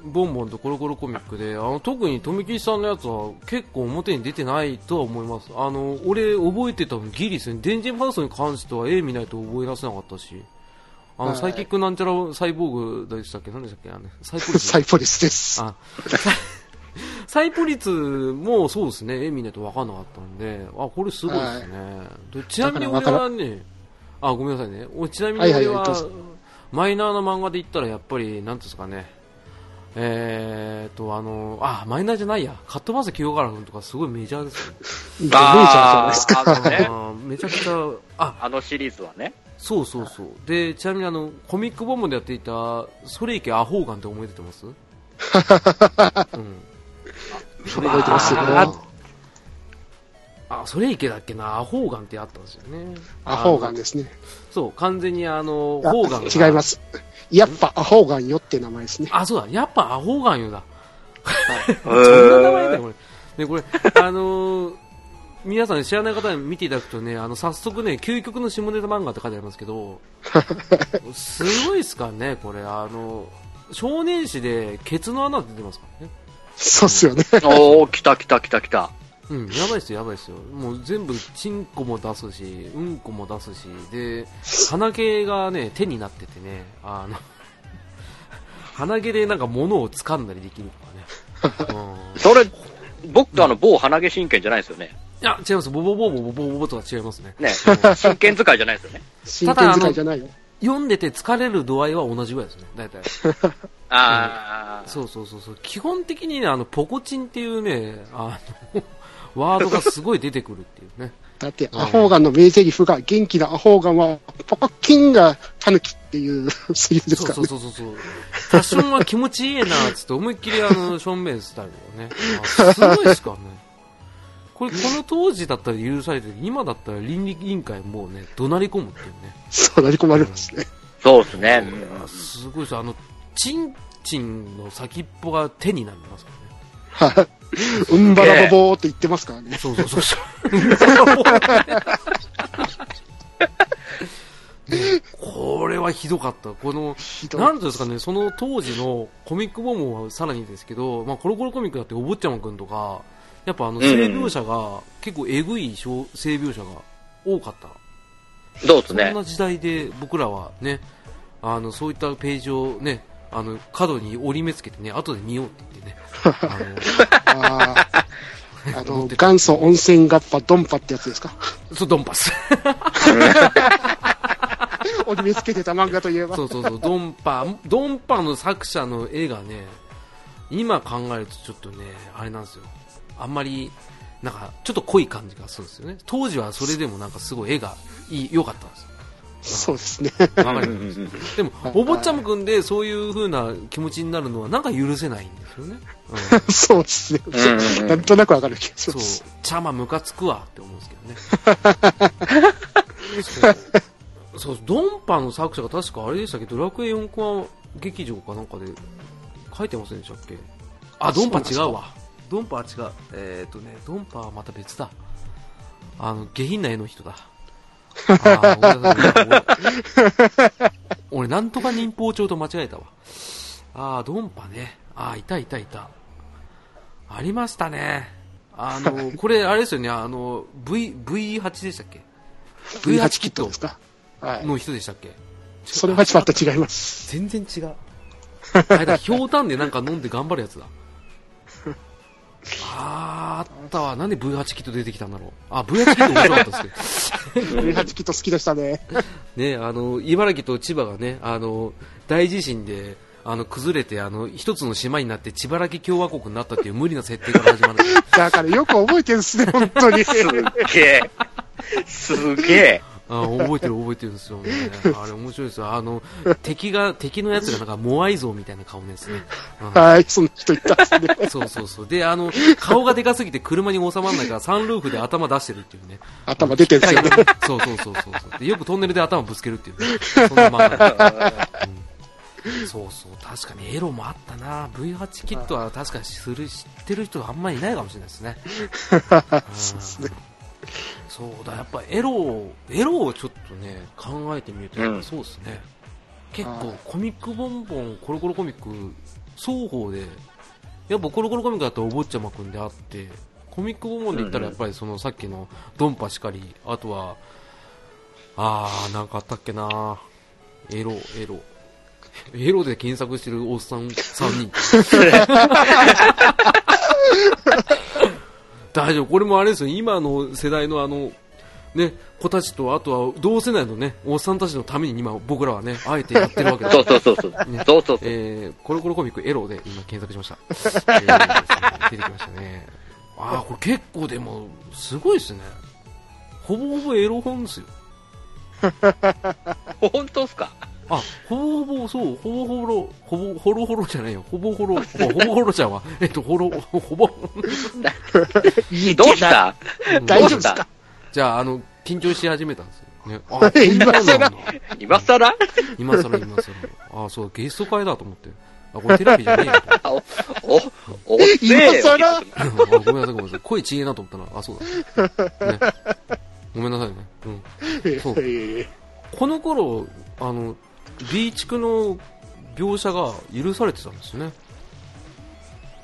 Speaker 3: ボンボンとコロコロコミックで、あの、特に富吉さんのやつは結構表に出てないとは思います。あの、俺覚えてたのギリですね。デンジンファウスに関しては絵見ないと覚え出せなかったし。あ
Speaker 1: は
Speaker 3: の、
Speaker 1: い
Speaker 3: サイキックなんちゃらサイボーグでしたっけ何でしたっけあの、サイボーグ。
Speaker 1: サイポリスです。
Speaker 3: あ、 サイサイポ率もそうですね、絵見ないと分かんなかったんで、あ、これすごいですね。でちなみに
Speaker 1: だ
Speaker 3: 俺
Speaker 1: から
Speaker 3: はね、あ、ごめんなさいね。おちなみ
Speaker 1: は
Speaker 3: に
Speaker 1: いはい
Speaker 3: 俺
Speaker 1: はい
Speaker 3: は
Speaker 1: どうぞ、
Speaker 3: マイナーな漫画で言ったらやっぱり、なんていうんですかね、えーっと、あの、あ、マイナーじゃないや、カットバース清原君とかすごいメジャーで すよね。
Speaker 1: メジャーじゃないですか。
Speaker 2: あのね、
Speaker 3: あーめちゃくちゃ、あ、
Speaker 2: あのシリーズはね。
Speaker 3: そうそうそう。で、ちなみにあの、コミックボムでやっていた、それいけアホーガンって思い出 てますうん。
Speaker 1: 覚えてますよ
Speaker 3: あーあ、それいけだっけな、アホーガンってあったんですよね。
Speaker 1: アホーガン
Speaker 3: あの
Speaker 1: ですね。
Speaker 3: そう、完全にあの、
Speaker 1: あ
Speaker 3: ホーガンが
Speaker 1: 違います。やっぱアホーガンよって名前ですね。
Speaker 3: あ、そうだ、やっぱアホーガンよだ。
Speaker 2: そ
Speaker 3: そんな名前だよ、これ。ね、これ、あのー皆さん知らない方に見ていただくとね、あの、早速ね、究極の下ネタ漫画って書いてありますけど、すごいっすからね、これ、あの、少年誌で、ケツの穴って出てますからね。
Speaker 1: そうっすよね。
Speaker 2: おー、来た来た来た来た。
Speaker 3: うん、やばいっすよ、やばいっすよ。もう全部、チンコも出すし、うんこも出すし、で、鼻毛がね、手になっててね、あの、鼻毛でなんか物を掴んだりできるとかね。うん
Speaker 2: それ、僕とあの、某鼻毛神剣じゃないですよね。
Speaker 3: いや、違います。ボボボボボボボボとは違いますね。
Speaker 2: ね、真剣使いじゃないですよね。
Speaker 1: 真剣使いじゃないよ。
Speaker 3: 読んでて疲れる度合いは同じぐらいですね。大体。
Speaker 2: ああ、
Speaker 3: そうそうそうそう。基本的にね、あの、ポコチンっていうね、あの、 ワードがすごい出てくるっていうね。
Speaker 1: だって、アホーガンの名台詞が、元気なアホーガンは、ポコッキンがタヌキっていう セリフですか
Speaker 3: そう
Speaker 1: ら
Speaker 3: そ
Speaker 1: ね
Speaker 3: う。そうそうそう。ファッションは気持ちいいな、つって思いっきりあの、正面スタイルをね。あすごいっすからね。これ、この当時だったら許されて、今だったら倫理委員会もうね、怒鳴り込むっていうね。
Speaker 1: そう、なり込まれますね。
Speaker 2: そうですね。
Speaker 3: すごいですあの、チンチンの先っぽが手になりますからね。
Speaker 1: はい。うんばらぼぼーって言ってますからね。
Speaker 3: そうそうそうそう。 ねこれはひどかった。この、
Speaker 1: どい
Speaker 3: なんていうんですかね、その当時のコミックボムはさらにですけど、まあ、コロコロコミックだってお坊ちゃまくんとか、やっぱあの、性描写が、結構えぐい小性描写が多かった。
Speaker 2: そうです
Speaker 3: そん
Speaker 2: ね。
Speaker 3: な時代で僕らはね、あのそういったページをね、あの角に折り目つけてね、後で見ようって言ってね、
Speaker 1: あーあの、元祖温泉ガッパドンパってやつですか。
Speaker 3: あ のそうドンパス、
Speaker 1: 折り目つけてた漫画といえば。
Speaker 3: そうそうそう、ドンパ、ドンパの作者の絵がね、今考えるとちょっとね、あれなんですよ、あんまり、なんかちょっと濃い感じがするんですよね、当時はそれでもなんかすごい絵がいい良かったんですよ。
Speaker 1: そうですね。
Speaker 3: わかりますでも、お坊ちゃまくんでそういう風な気持ちになるのはなんか許せないんですよね。うん
Speaker 1: そうですね
Speaker 2: うんうんう。ん
Speaker 1: なんとなくわかる気がし
Speaker 3: そ
Speaker 1: ま
Speaker 3: う
Speaker 1: す。、
Speaker 3: ちゃまムカつくわって思うんです けどね。そう、そうドンパの作者が確かあれでしたっけドラクエ4コマ劇場かなんかで書いてませんでしたっけあ、ドンパ違うわ。ドンパは違う。えーっ、とね、ドンパはまた別だ。あの、下品な絵の人だ。あーごめんなさい俺俺、なんとか忍法帳と間違えたわ。ああ、ドンパね。ああ、いたいたいた。ありましたね。あ の、これ、あれですよね、あの、V、V8 でしたっけ
Speaker 1: V8 キットですか。はい。
Speaker 3: の人でしたっけ
Speaker 1: それはちょっと違います。
Speaker 3: 全 然違う。あれだ、ひょうたんでなんか飲んで頑張るやつだ。あーあったわ。なんで V8 キット出てきたんだろう。あ、V8 キット面白かったですけど。
Speaker 1: V8 キット好きでしたね。
Speaker 3: ね、あの、茨城と千葉がね、あの、大地震で、あの、崩れて、あの、一つの島になって、千葉らき共和国になったっていう無理な設定から始まる。
Speaker 1: だからよく覚えてるんですね、本当に。
Speaker 2: すげえ。すげえ。
Speaker 3: あ覚えてる覚えてるんですよね。あれ面白いですよ。あの、敵が、敵のやつがなんかモアイ像みたいな顔のやつね。
Speaker 1: はい、そんな人いたんですね。
Speaker 3: うんそうそうそう。で、あの、顔がでかすぎて車に収まらないから、サンルーフで頭出してるっていうね。
Speaker 1: 頭出てるんですよね。
Speaker 3: そうそうそうそうそうで。よくトンネルで頭ぶつけるっていうね。そんな漫画、うんそうそう。確かにエロもあったな。V8 キットは確かにする知ってる人があんまりいないかもしれないですね。うんそうだ、やっぱエロを、エロをちょっとね、考えてみると、やっぱそうですね。結構
Speaker 1: はい
Speaker 3: コミックボンボン、コロコロコミック、双方で、やっぱコロコロコミックだとお坊ちゃまくんであって、コミックボンボンで言ったら
Speaker 2: うん
Speaker 3: や
Speaker 2: うん
Speaker 3: っぱりそのさっきのドンパしかり、あとは、あー、なんかあったっけなエロ、エロ。エロで検索してるおっさん3人。大丈夫、これもあれですよ、今の世代のあの、ね、子たちと、あとは同世代のね、おっさんたちのために今、僕らはね、あえてやってるわけだ
Speaker 2: そうそうそうそう。そうそうそう。
Speaker 3: えー、コロコロコミックエロで今検索しま した。えー出てきましたね。ああ、これ結構でも、すごいですね。ほぼほぼエロ本ですよ。
Speaker 2: 本当っすか
Speaker 3: あ、ほぼほぼ、そう、ほぼほぼ、ほぼ、ほろほろじゃないよ。ほぼほろ、ほぼほろちゃんは、えっと、ほろ、ほぼ、
Speaker 2: どうした
Speaker 3: うん
Speaker 1: 大 丈夫ですか
Speaker 3: じゃあ、あの、緊張し始めたんですよ。ね、あ
Speaker 1: 今更
Speaker 3: そうなんだ
Speaker 2: 今更
Speaker 3: 今更今更ああ、そう、ゲスト会だと思って。あ、これテレビじゃねえよ。
Speaker 2: お、お、おっせえよ
Speaker 1: 今更
Speaker 3: あごめんなさい、ごめんなさい。声ちげえなと思ったな。あ、そうだ。ね、ごめんなさいね。うん。そう
Speaker 1: え
Speaker 3: この頃、あの、B 地区の描写が許されてたんですよね。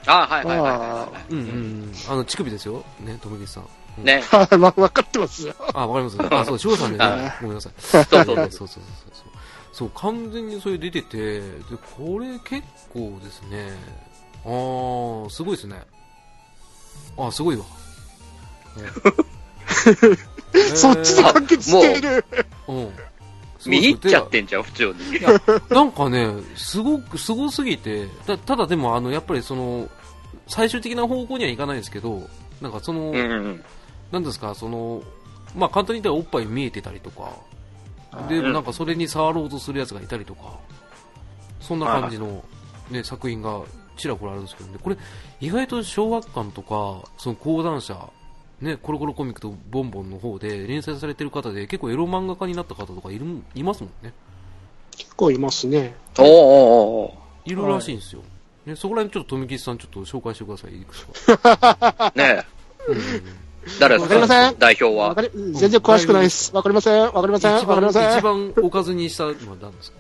Speaker 2: あ、はいはいはいは
Speaker 3: うんうんうん。あの、乳首ですよ。ね、とめきちさん。
Speaker 2: い。ね。
Speaker 1: ーわ分かってますよ。
Speaker 3: あ、わかります。あ、そう、しょうさんでね
Speaker 2: は。
Speaker 3: ごめんなさい。
Speaker 2: そうそう そう
Speaker 3: そ
Speaker 2: う
Speaker 3: そうそうそう。そう、完全にそれ出てて、で、これ結構ですね。あー、すごいですね。あ、すごいわ。うん
Speaker 1: そっちで完結している。
Speaker 3: うん。
Speaker 2: 見入っちゃってんじゃん、普通に。
Speaker 3: いやなんかね、すごく、すごすぎて、たただでも、あの、やっぱりその、最終的な方向にはいかないですけど、なんかその、
Speaker 2: うんうん
Speaker 3: なんですか、その、まあ簡単に言ったらおっぱい見えてたりとか、で、
Speaker 2: うん
Speaker 3: なんかそれに触ろうとするやつがいたりとか、そんな感じの、ね、作品がちらほらあるんですけどね、これ、意外と小学館とか、その講談社、ね、コロコロコミックとボンボンの方で連載されてる方で、結構エロ漫画家になった方とかいるいますもんね。
Speaker 1: 結構いますね。
Speaker 2: おーおーお
Speaker 3: いるらしいんですよ。ね、そこら辺ちょっと富吉さんちょっと紹介してください、いくつか。
Speaker 2: ーね
Speaker 3: うんうんうん
Speaker 2: え。誰で
Speaker 1: わ
Speaker 2: す
Speaker 1: かりません
Speaker 2: 代表
Speaker 1: わ
Speaker 2: は
Speaker 1: か。り全然詳しくないです。わかりません。わかりま
Speaker 3: 一
Speaker 1: せん。わかりませ
Speaker 3: 番、一
Speaker 1: ん。
Speaker 3: 番おかずにしたのは何ですか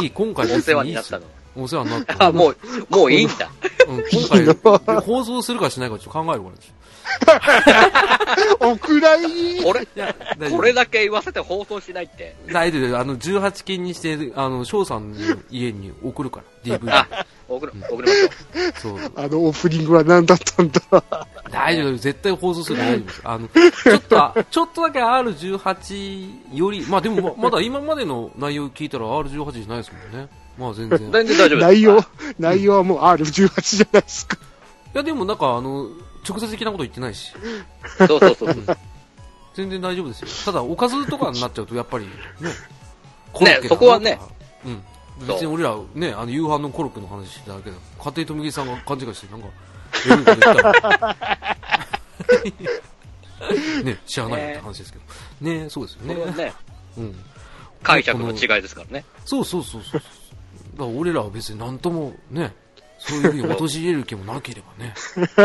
Speaker 3: いい、今回
Speaker 2: お世話
Speaker 3: 別い
Speaker 2: に
Speaker 3: い
Speaker 2: な
Speaker 3: っ
Speaker 2: っ
Speaker 3: すよ
Speaker 2: たの。
Speaker 3: お世話になった。
Speaker 2: あ、もう、もういいんだ。
Speaker 3: うん、今回、放送するかしないかちょっと考えるからです。
Speaker 1: お蔵入り。
Speaker 2: 俺、
Speaker 3: いや、大丈
Speaker 2: これだけ言わせて放送しないって。
Speaker 3: 夫。大丈夫。あの、18禁にして、あの、翔さんの家に送るから、DVD
Speaker 2: あ。、送る、送りましょ
Speaker 3: そう。
Speaker 1: あのオープニングは何だったんだ。
Speaker 3: 大丈夫、絶対放送するから大丈夫です。あの、ちょっと あ、ちょっとだけ R18 より、まあでもままだ今までの内容聞いたら R18 じゃないですもんね。まあ全然
Speaker 2: う。。全然大丈夫です。
Speaker 1: 内容、内容はもう R18 じゃないですか。
Speaker 3: いやでもなんかあの、直接的なこと言ってないし、
Speaker 2: そうそうそうそう。
Speaker 3: 全然大丈夫ですよ。ただ、おかずとかになっちゃうとやっぱり、ね、だな
Speaker 2: そこはね。
Speaker 3: うん。別に俺ら、ね、あの、夕飯のコロッケの話してただけだ勝手に富木さんが勘違いして、なんか、エロいこと言ったら。 ね、知らないよって話ですけど。ね、そうですよ
Speaker 2: これは
Speaker 3: ね。
Speaker 2: ね、
Speaker 3: うん。
Speaker 2: 解釈の違いですからね。
Speaker 3: そうそうそうそうそう。だから俺らは別になんともね、そういうふ うに陥れる気もなければね。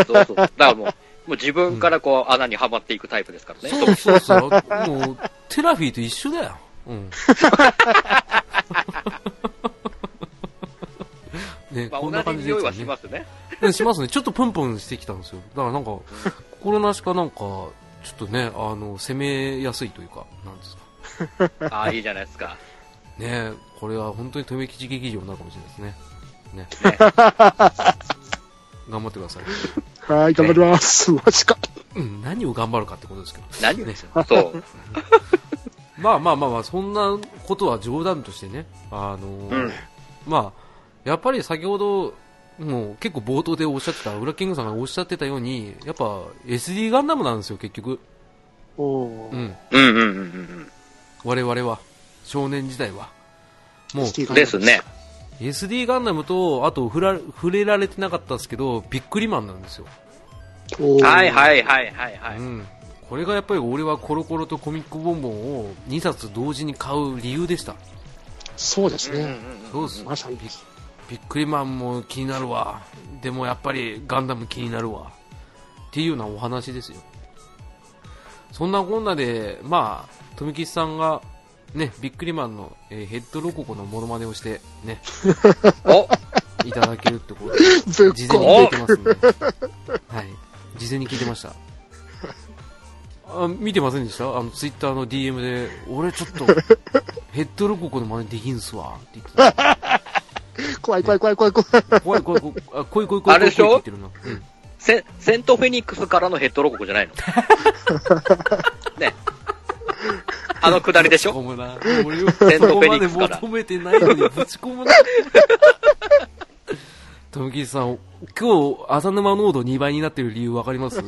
Speaker 2: そうそう。だからもう、もう自分からこう穴にはまっていくタイプですからね。
Speaker 3: そうそうそう。もう、テラフィーと一緒だよ。 うん。ね、
Speaker 2: ま
Speaker 3: こんな
Speaker 2: あ、同
Speaker 3: 感
Speaker 2: じ
Speaker 3: じで
Speaker 2: 匂いは
Speaker 3: す
Speaker 2: し
Speaker 3: よね。
Speaker 2: ますね。
Speaker 3: うんしますね。ちょっとプンプンしてきたんですよ。だからなんか、心なしかなんか、ちょっとね、あの、攻めやすいというか、なんですか。
Speaker 2: ああ、いいじゃないです か。
Speaker 3: ねこれは本当に留吉劇場になるかもしれないですね。ね。頑張ってください。
Speaker 1: はい、頑張ります。マジか。
Speaker 3: うん、何を頑張るかってことですけど。
Speaker 2: 何
Speaker 3: ね
Speaker 2: そう。
Speaker 3: まあまあまあまあ、そんなことは冗談としてね。あのー
Speaker 2: うん
Speaker 3: まあ、やっぱり先ほど、もう結構冒頭でおっしゃってた、ウラキングさんがおっしゃってたように、やっぱ SD ガンダムなんですよ、結局。
Speaker 1: お
Speaker 3: う
Speaker 1: ー
Speaker 3: ん。
Speaker 2: うんうんうん
Speaker 3: 我々は。少年時代は。もう、
Speaker 1: SD
Speaker 2: う
Speaker 1: ガンダム
Speaker 2: ん。ですね。
Speaker 3: SD ガンダムと、あと触ら、触れられてなかったですけど、ビックリマンなんですよ。
Speaker 1: おー
Speaker 2: はいはいはいはいは
Speaker 3: う
Speaker 2: い。
Speaker 3: ん。これがやっぱり俺はコロコロとコミックボンボンを2冊同時に買う理由でした。
Speaker 1: そうです
Speaker 2: うんう
Speaker 1: ね、
Speaker 2: ん
Speaker 3: そうです。
Speaker 1: まさに
Speaker 3: ビックリマンも気になるわ。でもやっぱりガンダム気になるわ。っていうようなお話ですよ。そんなこんなで、まあ、富吉さんが、ね、ビックリマンの、えーヘッドロココのモノマネをして、ね、
Speaker 2: お
Speaker 3: いただけるってことで、
Speaker 1: ぶっ
Speaker 3: 事前に
Speaker 1: こ
Speaker 3: 聞いてますんで。はい。事前に聞いてました。あ見てませんでしたあの、ツイッターの DM で、俺ちょっと、ヘッドロココの真似できんすわ、って言ってた。
Speaker 1: 怖い怖い怖い怖い怖い
Speaker 3: 怖い怖い怖い、あ、怖い怖い怖い怖い怖い
Speaker 2: あれでしょ
Speaker 3: 怖いって言ってるな。うん。
Speaker 2: セセントフェニックスからのヘッドロココじゃ ないのね。あのくだりでし
Speaker 3: ぶち
Speaker 2: ょ
Speaker 3: 込むな。俺を
Speaker 2: セン
Speaker 3: そ
Speaker 2: ト
Speaker 3: こ
Speaker 2: フェ
Speaker 3: ま
Speaker 2: ニ
Speaker 3: で
Speaker 2: ックスから
Speaker 3: 求めてないのにぶち込むな。富木さん、今日、浅沼濃度2倍になってる理由わかりますわ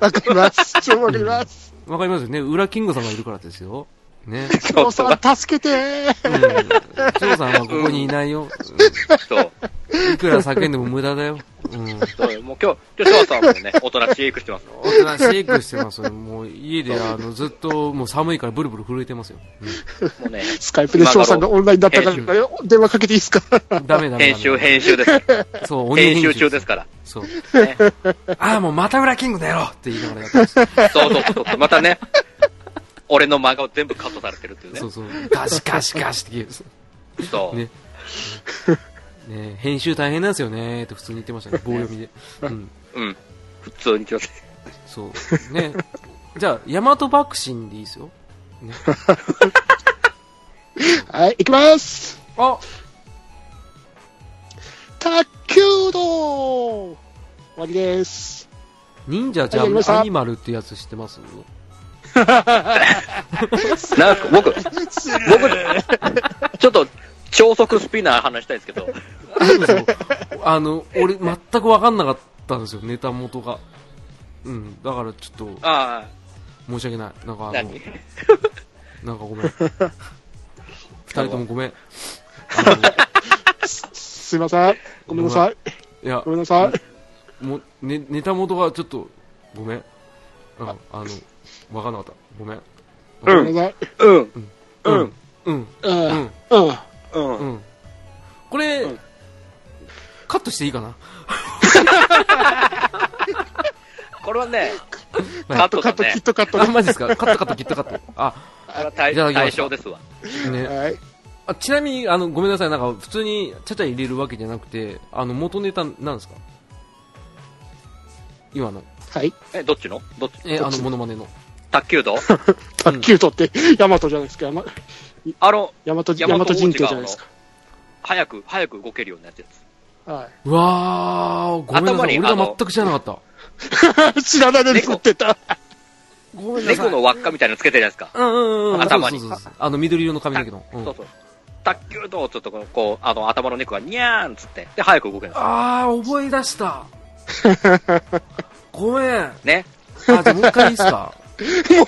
Speaker 1: わかります超わかります
Speaker 3: かりますよね。裏キングさんがいるからですよ。ね。
Speaker 1: 久
Speaker 2: そ
Speaker 1: 保
Speaker 2: うそ
Speaker 1: さ
Speaker 2: うん
Speaker 1: 助けて
Speaker 3: うん。長さんはここにいないよ。
Speaker 2: そう。
Speaker 3: うんいくら叫んでも無駄だよ。うん。
Speaker 2: そうよもう今日、今日、翔さんもね、大人飼育してますよ。
Speaker 3: 大人シェイクしてますよ。もう家で、あの、ずっと、もう寒いからブルブル震えてますよ。
Speaker 2: もう ね、
Speaker 1: スカイプで翔さんがオンラインだったから電話かけていいですか
Speaker 3: ダメダメダメ。
Speaker 2: 編集、編集です。
Speaker 3: そう、鬼
Speaker 2: 編集中ですから。
Speaker 3: そう。
Speaker 2: ね、
Speaker 3: ああ、もうまた裏キングだよって言いながらやってます。
Speaker 2: そうそうそうそう。またね、俺の真顔全部カットされてるっていうね
Speaker 3: そ。うそう。ガシガシガシって言う。
Speaker 2: そう。
Speaker 3: ね。ね編集大変なんですよねって普通に言ってましたね。棒読みで。うん。
Speaker 2: うん。普通に来ます。
Speaker 3: そう。ね。じゃあ、ヤマト爆心でいいですよ。
Speaker 1: はい行きます
Speaker 3: あ
Speaker 1: 卓球道終わりです
Speaker 3: 忍者ジ
Speaker 1: はいやりまし
Speaker 3: ャム
Speaker 1: た
Speaker 3: アニマルってやつ知ってます
Speaker 2: なんすか僕、僕、ちょっと、超速スピナー話したいんですけ ど、
Speaker 3: あの、俺全くわかんなかったんですよ、ネタ元が。うん。だからちょっと、
Speaker 2: あ
Speaker 3: 申し訳ない。なんか
Speaker 2: あ、
Speaker 3: あの、なん
Speaker 2: 何
Speaker 3: かごめん。二人ともごめん。あの
Speaker 1: すいませんごめんなさい
Speaker 3: いや
Speaker 1: ご、めんなさい
Speaker 3: もね、ネタ元がちょっと、ごめん。うん、あの、わかんなかった。ごめん。
Speaker 1: ごめんなさい
Speaker 2: うん、
Speaker 3: うん。うん。
Speaker 1: うん
Speaker 3: うん。
Speaker 1: うん
Speaker 2: うん
Speaker 3: う。ん。これ、カットしていいかな
Speaker 2: これはね、
Speaker 3: はい
Speaker 2: カ
Speaker 1: カ
Speaker 2: ット
Speaker 1: ッ
Speaker 2: だ
Speaker 1: ト
Speaker 2: ね
Speaker 1: きっ。とカット
Speaker 3: あ、
Speaker 1: ね
Speaker 3: マジですかカットカット切ったカット。あ、
Speaker 2: これは対
Speaker 3: いただきまし
Speaker 2: 対象
Speaker 3: た
Speaker 2: ですわ。
Speaker 3: ね。
Speaker 1: はい
Speaker 3: あちなみに、あの、ごめんなさい。なんか、普通にちゃちゃ入れるわけじゃなくて、あの、元ネタなんですか今の。
Speaker 1: はい
Speaker 2: え、どっちのどっち
Speaker 3: え、あの、モノマネの。
Speaker 2: 卓球 道
Speaker 1: 卓球道ってヤマトじゃないですかヤマ
Speaker 2: あの、
Speaker 1: ヤマト
Speaker 2: ヤ
Speaker 1: ヤ
Speaker 2: マ
Speaker 1: マ
Speaker 2: ト
Speaker 1: ト
Speaker 2: 王
Speaker 1: 神
Speaker 2: 子
Speaker 1: 経
Speaker 2: が
Speaker 1: じゃないですか
Speaker 2: 早く、早く動けるようになってる
Speaker 1: は
Speaker 3: うわー、ごめんなさ
Speaker 2: 頭に
Speaker 3: い。
Speaker 2: あ
Speaker 3: 俺
Speaker 2: の
Speaker 3: が全く知らなかった。
Speaker 1: い 知らないで作ってた
Speaker 3: ごめんなさい。
Speaker 2: 猫の輪っかみたいなのつけてるじゃないですか。
Speaker 3: うんうんうん。
Speaker 2: 頭に
Speaker 3: そうそうそうそうあの、緑色の髪だけど。うん
Speaker 2: そうそう。卓球道ちょっとこの、こう、あの、頭の猫がニャーンっつって、で、早く動けるんですよ
Speaker 3: ああ、思い出した。 ごめん。あ、
Speaker 2: ね。
Speaker 3: じゃあもう一回いいっすか。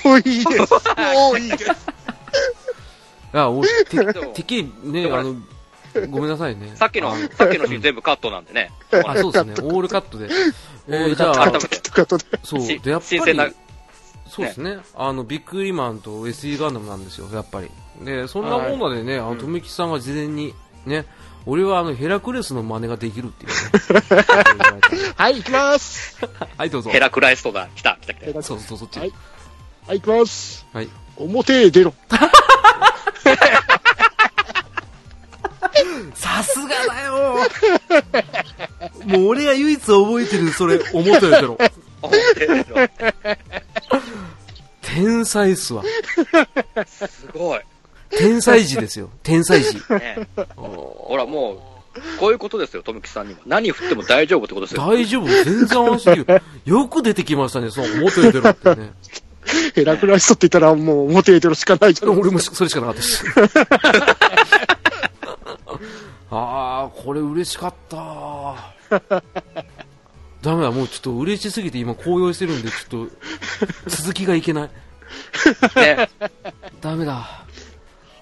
Speaker 1: もういいですもういいです
Speaker 3: いや、俺、て
Speaker 2: そう
Speaker 3: てっきりね、
Speaker 2: だか
Speaker 3: あ
Speaker 2: ら
Speaker 3: の、ごめんなさいね。
Speaker 2: さっきの
Speaker 3: あ、
Speaker 2: さっきのシーン全部カットなんでね。
Speaker 3: あ、そ うですね。オールカットで。えー、じゃ
Speaker 2: 改
Speaker 3: あ
Speaker 2: め、
Speaker 1: きっとカットで
Speaker 3: そう。
Speaker 2: し
Speaker 3: で、やっ
Speaker 2: 新鮮
Speaker 3: ぱ
Speaker 2: な
Speaker 3: り、そうですね。あの、ビッグリマンと SE ガンダムなんですよ、やっぱり。で、そんなもんまでね、あの、とめきさんが事前に、ね、俺はあの、ヘラクレスの真似ができるっていうね 言われ
Speaker 1: はい行きます
Speaker 3: た。はい、どうぞ
Speaker 2: ヘ。ラクライストだ。来た、来た、来た。
Speaker 3: そうそう、そっち。
Speaker 1: はいはい行きます
Speaker 3: はい。
Speaker 1: 表へ出ろ
Speaker 3: さすがだよもう俺が唯一覚えてるそれ思ったよだろ
Speaker 2: おー
Speaker 3: 天才っすわ
Speaker 2: すごい。
Speaker 3: 天才児です よ天才児
Speaker 2: ねほら、もう、こういうことですよ、富木さんにも。何振っても大丈夫ってことですよ。
Speaker 3: 大丈夫全然安心できるよく出てきましたねその思ったより出ろってね
Speaker 1: ヘラクライストって言ったらもう表へ出るしかないじゃん。
Speaker 3: 俺もそれしかなかったし。 ああ、これ嬉しかった。ダメだ、もうちょっと嬉しすぎて今高揚してるんで、ちょっと続きがいけない。
Speaker 2: ね、
Speaker 3: ダメだ。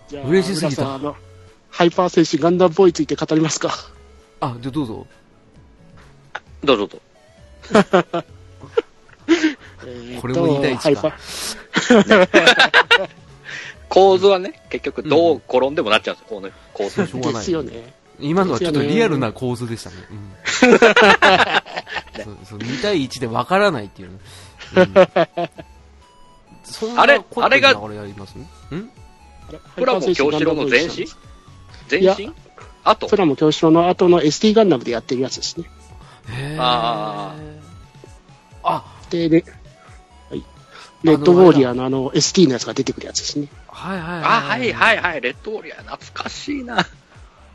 Speaker 1: じゃあ
Speaker 3: 嬉しすぎた
Speaker 1: 浦さんあのハイパー戦士ガンダムボーイについて語りますか。
Speaker 3: あ、じゃあどうぞ。
Speaker 2: どうぞどうぞ。
Speaker 3: これも2対
Speaker 1: ハイ
Speaker 3: 1
Speaker 1: パ
Speaker 3: か
Speaker 1: ー。
Speaker 2: 構図はね、結局どう転んでもなっちゃうんですよ、この構図
Speaker 3: しょうがない
Speaker 1: ですよね。
Speaker 3: 今のはちょっとリアルな構図でしたね。 うんそうそう2対1でわからないっていうね。 うんそんな
Speaker 2: あれ
Speaker 3: 凝ってる
Speaker 2: あれが
Speaker 3: 流れありますねん
Speaker 2: プラモ京志郎の前身前
Speaker 1: いや
Speaker 2: 身あと
Speaker 1: プラモ教師の後の SD ガンダムでやってるやつですね。
Speaker 3: へー
Speaker 2: あ
Speaker 3: あ
Speaker 1: で、ね、はい。レッドウォーリアーのあの SD のやつが出てくるやつですね。
Speaker 3: はいはい。
Speaker 2: あ、はいはいいはい、レッドウォリアー、懐かしいな。
Speaker 3: レ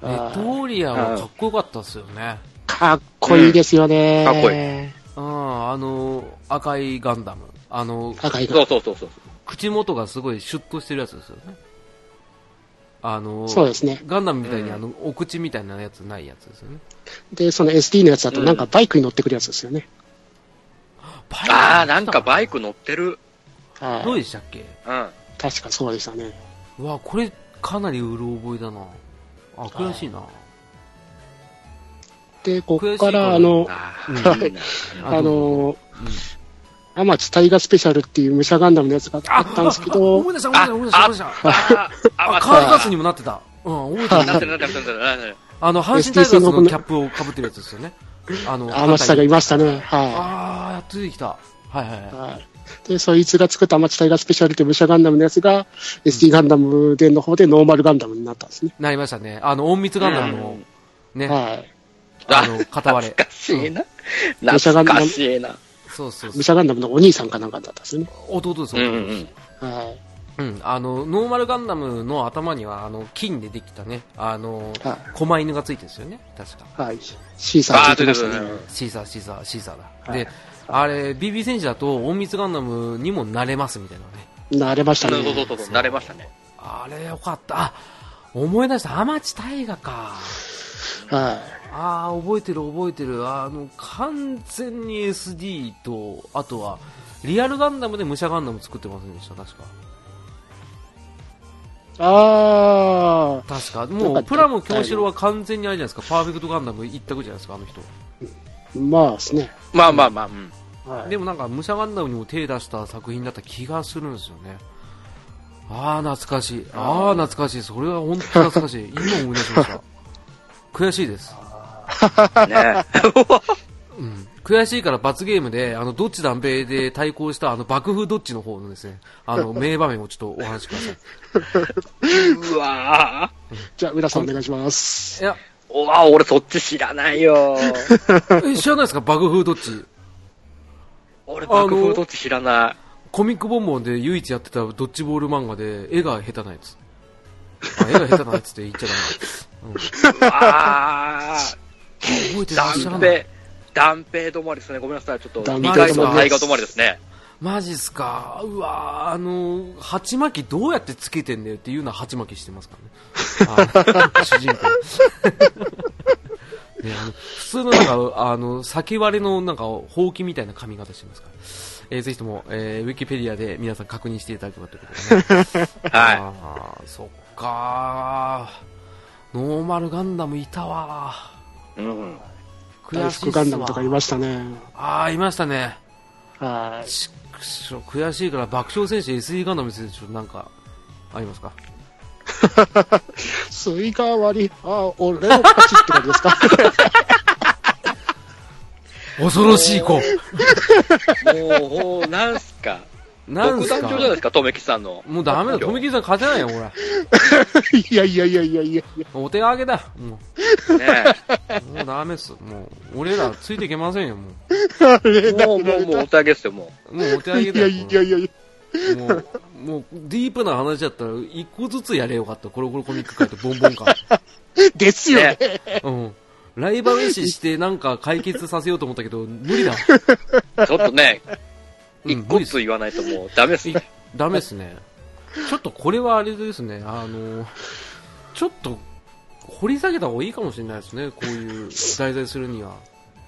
Speaker 3: ッドウォーリアーはかっこよかったっすよね。
Speaker 1: かっこいいですよね。
Speaker 2: うんかっこ
Speaker 3: うん、あの、赤いガンダム。あの、
Speaker 1: 赤い
Speaker 2: そ
Speaker 1: が
Speaker 2: う。そうそうそう。
Speaker 3: 口元がすごいシュッとしてるやつですよね。あの、
Speaker 1: そうですね。
Speaker 3: ガンダムみたいに、
Speaker 2: うん
Speaker 3: あの、お口みたいなやつないやつですよね。
Speaker 1: で、その SD のやつだとなんかバイクに乗ってくるやつですよね。
Speaker 2: ああ、なんかバイ
Speaker 3: ク。
Speaker 2: ク乗ってる。
Speaker 1: はい
Speaker 3: どうでしたっけ
Speaker 2: うん。
Speaker 1: 確かそうでしたね。
Speaker 3: うわ、これ、かなりうる覚えだな。あ、悔しいな。
Speaker 1: で、ここか
Speaker 3: 悔しい
Speaker 1: ら、
Speaker 3: こ
Speaker 1: あの、
Speaker 2: あ
Speaker 1: は
Speaker 2: ー
Speaker 1: い
Speaker 2: いいな
Speaker 3: あ
Speaker 1: あの、
Speaker 3: うん
Speaker 1: アマチタイガスペシャルっていう武者ガンダムのやつがあったんですけど
Speaker 3: 思、い出した、思い出した、思い出した。思い出した
Speaker 2: あー、あ
Speaker 3: あ、
Speaker 2: わ
Speaker 3: カー
Speaker 2: か
Speaker 3: ル
Speaker 2: っ
Speaker 3: カス
Speaker 2: た
Speaker 3: にもなってた。うん、覚えてる
Speaker 2: なって るなってるなってるなってる。
Speaker 3: あの、阪神タイガースのキャップをかぶってるやつですよね。あの、
Speaker 1: アマチタイがいましたね。は
Speaker 3: あー、やっと出てきた。はいはい
Speaker 1: い。
Speaker 3: は
Speaker 1: はい。で、そいつが作ったアマチタイガスペシャルっていう武者ガンダムのやつが、SD ガンダムでの方でノーマルガンダムになったんですね。
Speaker 3: い。なりましたね。あの、隠密ガンダムの、ね、
Speaker 1: はい。
Speaker 3: あの、片割れ
Speaker 2: 懐。かしいな。
Speaker 1: ん
Speaker 2: 懐かしいな。
Speaker 3: そうそうそう
Speaker 1: 武。者ガンダムのお兄さんかなんかだったんですよね。
Speaker 3: 弟です、
Speaker 2: うん
Speaker 3: 弟
Speaker 2: う
Speaker 3: です。
Speaker 2: ん。
Speaker 1: は
Speaker 3: うん、あの、ノーマルガンダムの頭には、あの、金でできたね、あの、
Speaker 1: は
Speaker 3: 狛犬がついてるんですよね、確か。
Speaker 1: い。はい。シーサ
Speaker 2: あ
Speaker 1: ー
Speaker 2: あ、
Speaker 1: つ
Speaker 2: 出
Speaker 1: いて
Speaker 2: て
Speaker 1: ま
Speaker 2: く
Speaker 1: した
Speaker 2: る
Speaker 1: ね。
Speaker 2: ね。
Speaker 3: シーサー、シーサー、シーサーだ。
Speaker 1: はい
Speaker 3: で、あれ、BB 戦士だと、隠密ガンダムにも慣れますみたいなね。
Speaker 1: 慣れました
Speaker 2: そうそう
Speaker 1: ね。
Speaker 2: そうそう、慣れましたね。
Speaker 3: あれ、よかった。あ、思い出した、天地大河か。
Speaker 1: は
Speaker 3: ああ、覚えてる、覚えてる。あの、完全に SD と、あとは、リアルガンダムで武者ガンダム作ってませんでした、確か。
Speaker 1: い。ああ、
Speaker 3: 確か。
Speaker 1: なん
Speaker 3: も
Speaker 1: か
Speaker 3: う、プラモ京志郎は完全にあれじゃないですか、パーフェクトガンダム一択じゃないですか、あの人。
Speaker 1: まあですね。
Speaker 2: まあまあまあ、うん。
Speaker 1: はい。
Speaker 3: でもなんか、武者ガンダムにも手出した作品だった気がするんですよね。ああ、懐かしい。ああ、懐かしい。それは本当に懐か しい。今思い出しました。悔しいです。
Speaker 2: ね
Speaker 3: うん、悔しいから罰ゲームで、あの、どっち断平で対抗した、あの、爆風どっちの方のですね、あの、名場面をちょっとお話しください。
Speaker 2: うわぁ。
Speaker 1: じゃあ、浦さんお願いします。
Speaker 3: いや、
Speaker 2: うわぁ、俺そっち知らないよ。
Speaker 3: え知らないですか爆風どっち。
Speaker 2: 俺、爆風どっち知らない。
Speaker 3: コミックボンボンで唯一やってたドッジボール漫画で、絵が下手なやつ。あ、絵が下手なやつって言っち
Speaker 2: う
Speaker 3: ゃ
Speaker 2: わぁ。
Speaker 3: ダメ。覚えてらっしゃ
Speaker 2: 断
Speaker 3: らない。
Speaker 2: 平、断平止まりですね。ごめんなさい。ちょっと、
Speaker 1: 断
Speaker 3: 平
Speaker 2: 2回
Speaker 3: 止ま
Speaker 2: の
Speaker 3: り
Speaker 2: 大河止まりですね。
Speaker 3: マジっすか。うわーあの、鉢巻きどうやってつけてんだよっていうのは鉢巻きしてますからね。あの主人公。 ね、あの普通のなんか、あの、先割れのなんか、ほうきみたいな髪型してますから。えーぜひとも、えーウィキペディアで皆さん確認していただければということでね。
Speaker 2: は
Speaker 3: あーそっかーノーマルガンダムいたわ
Speaker 2: い。うん。
Speaker 3: ー
Speaker 1: 大
Speaker 3: 悔しい
Speaker 1: 福
Speaker 3: っすわ
Speaker 1: ガンダムとかいましたね。
Speaker 3: ああいましたね
Speaker 1: はい。
Speaker 3: ちくしょ悔しいから爆笑戦士 SE ガンダムについてちょっとなんかありますか
Speaker 1: スイカ割り、あ、俺の勝ちって感じですか
Speaker 3: 恐ろしい子
Speaker 2: もう、ほう、なんすか。
Speaker 3: なん
Speaker 2: 独
Speaker 3: す
Speaker 2: 壇
Speaker 3: か
Speaker 2: 場 じゃないですか、とめきさんの。
Speaker 3: もうダメだ富木さん勝てないよこれ
Speaker 1: いやいやいやいやいや。
Speaker 3: お手上げだ
Speaker 2: ね
Speaker 3: もうもうダメっすもう俺らついていけませんよも
Speaker 2: えもう、もう、もう、お手上げっすよ、も
Speaker 3: うもうお手上
Speaker 1: い
Speaker 3: げだ
Speaker 1: や
Speaker 3: よ
Speaker 1: いやいやいや。
Speaker 3: もう、もう、ディープな話だったら、一個ずつやれよかった。コロコロコミック界とボンボン界。
Speaker 1: です
Speaker 2: う。
Speaker 1: よ
Speaker 2: ね
Speaker 1: ね。
Speaker 2: え
Speaker 3: うん。ライバル視してなんか解決させようと思ったけど、無理だ。
Speaker 2: ちょっとね、
Speaker 3: うん
Speaker 2: 一個ずつ言わないともうダメです
Speaker 3: い
Speaker 2: ね。
Speaker 3: ダメですね。ちょっとこれはあれですね、あの、ちょっと掘り下げた方がいいかもしれないですね、こういう題材するには。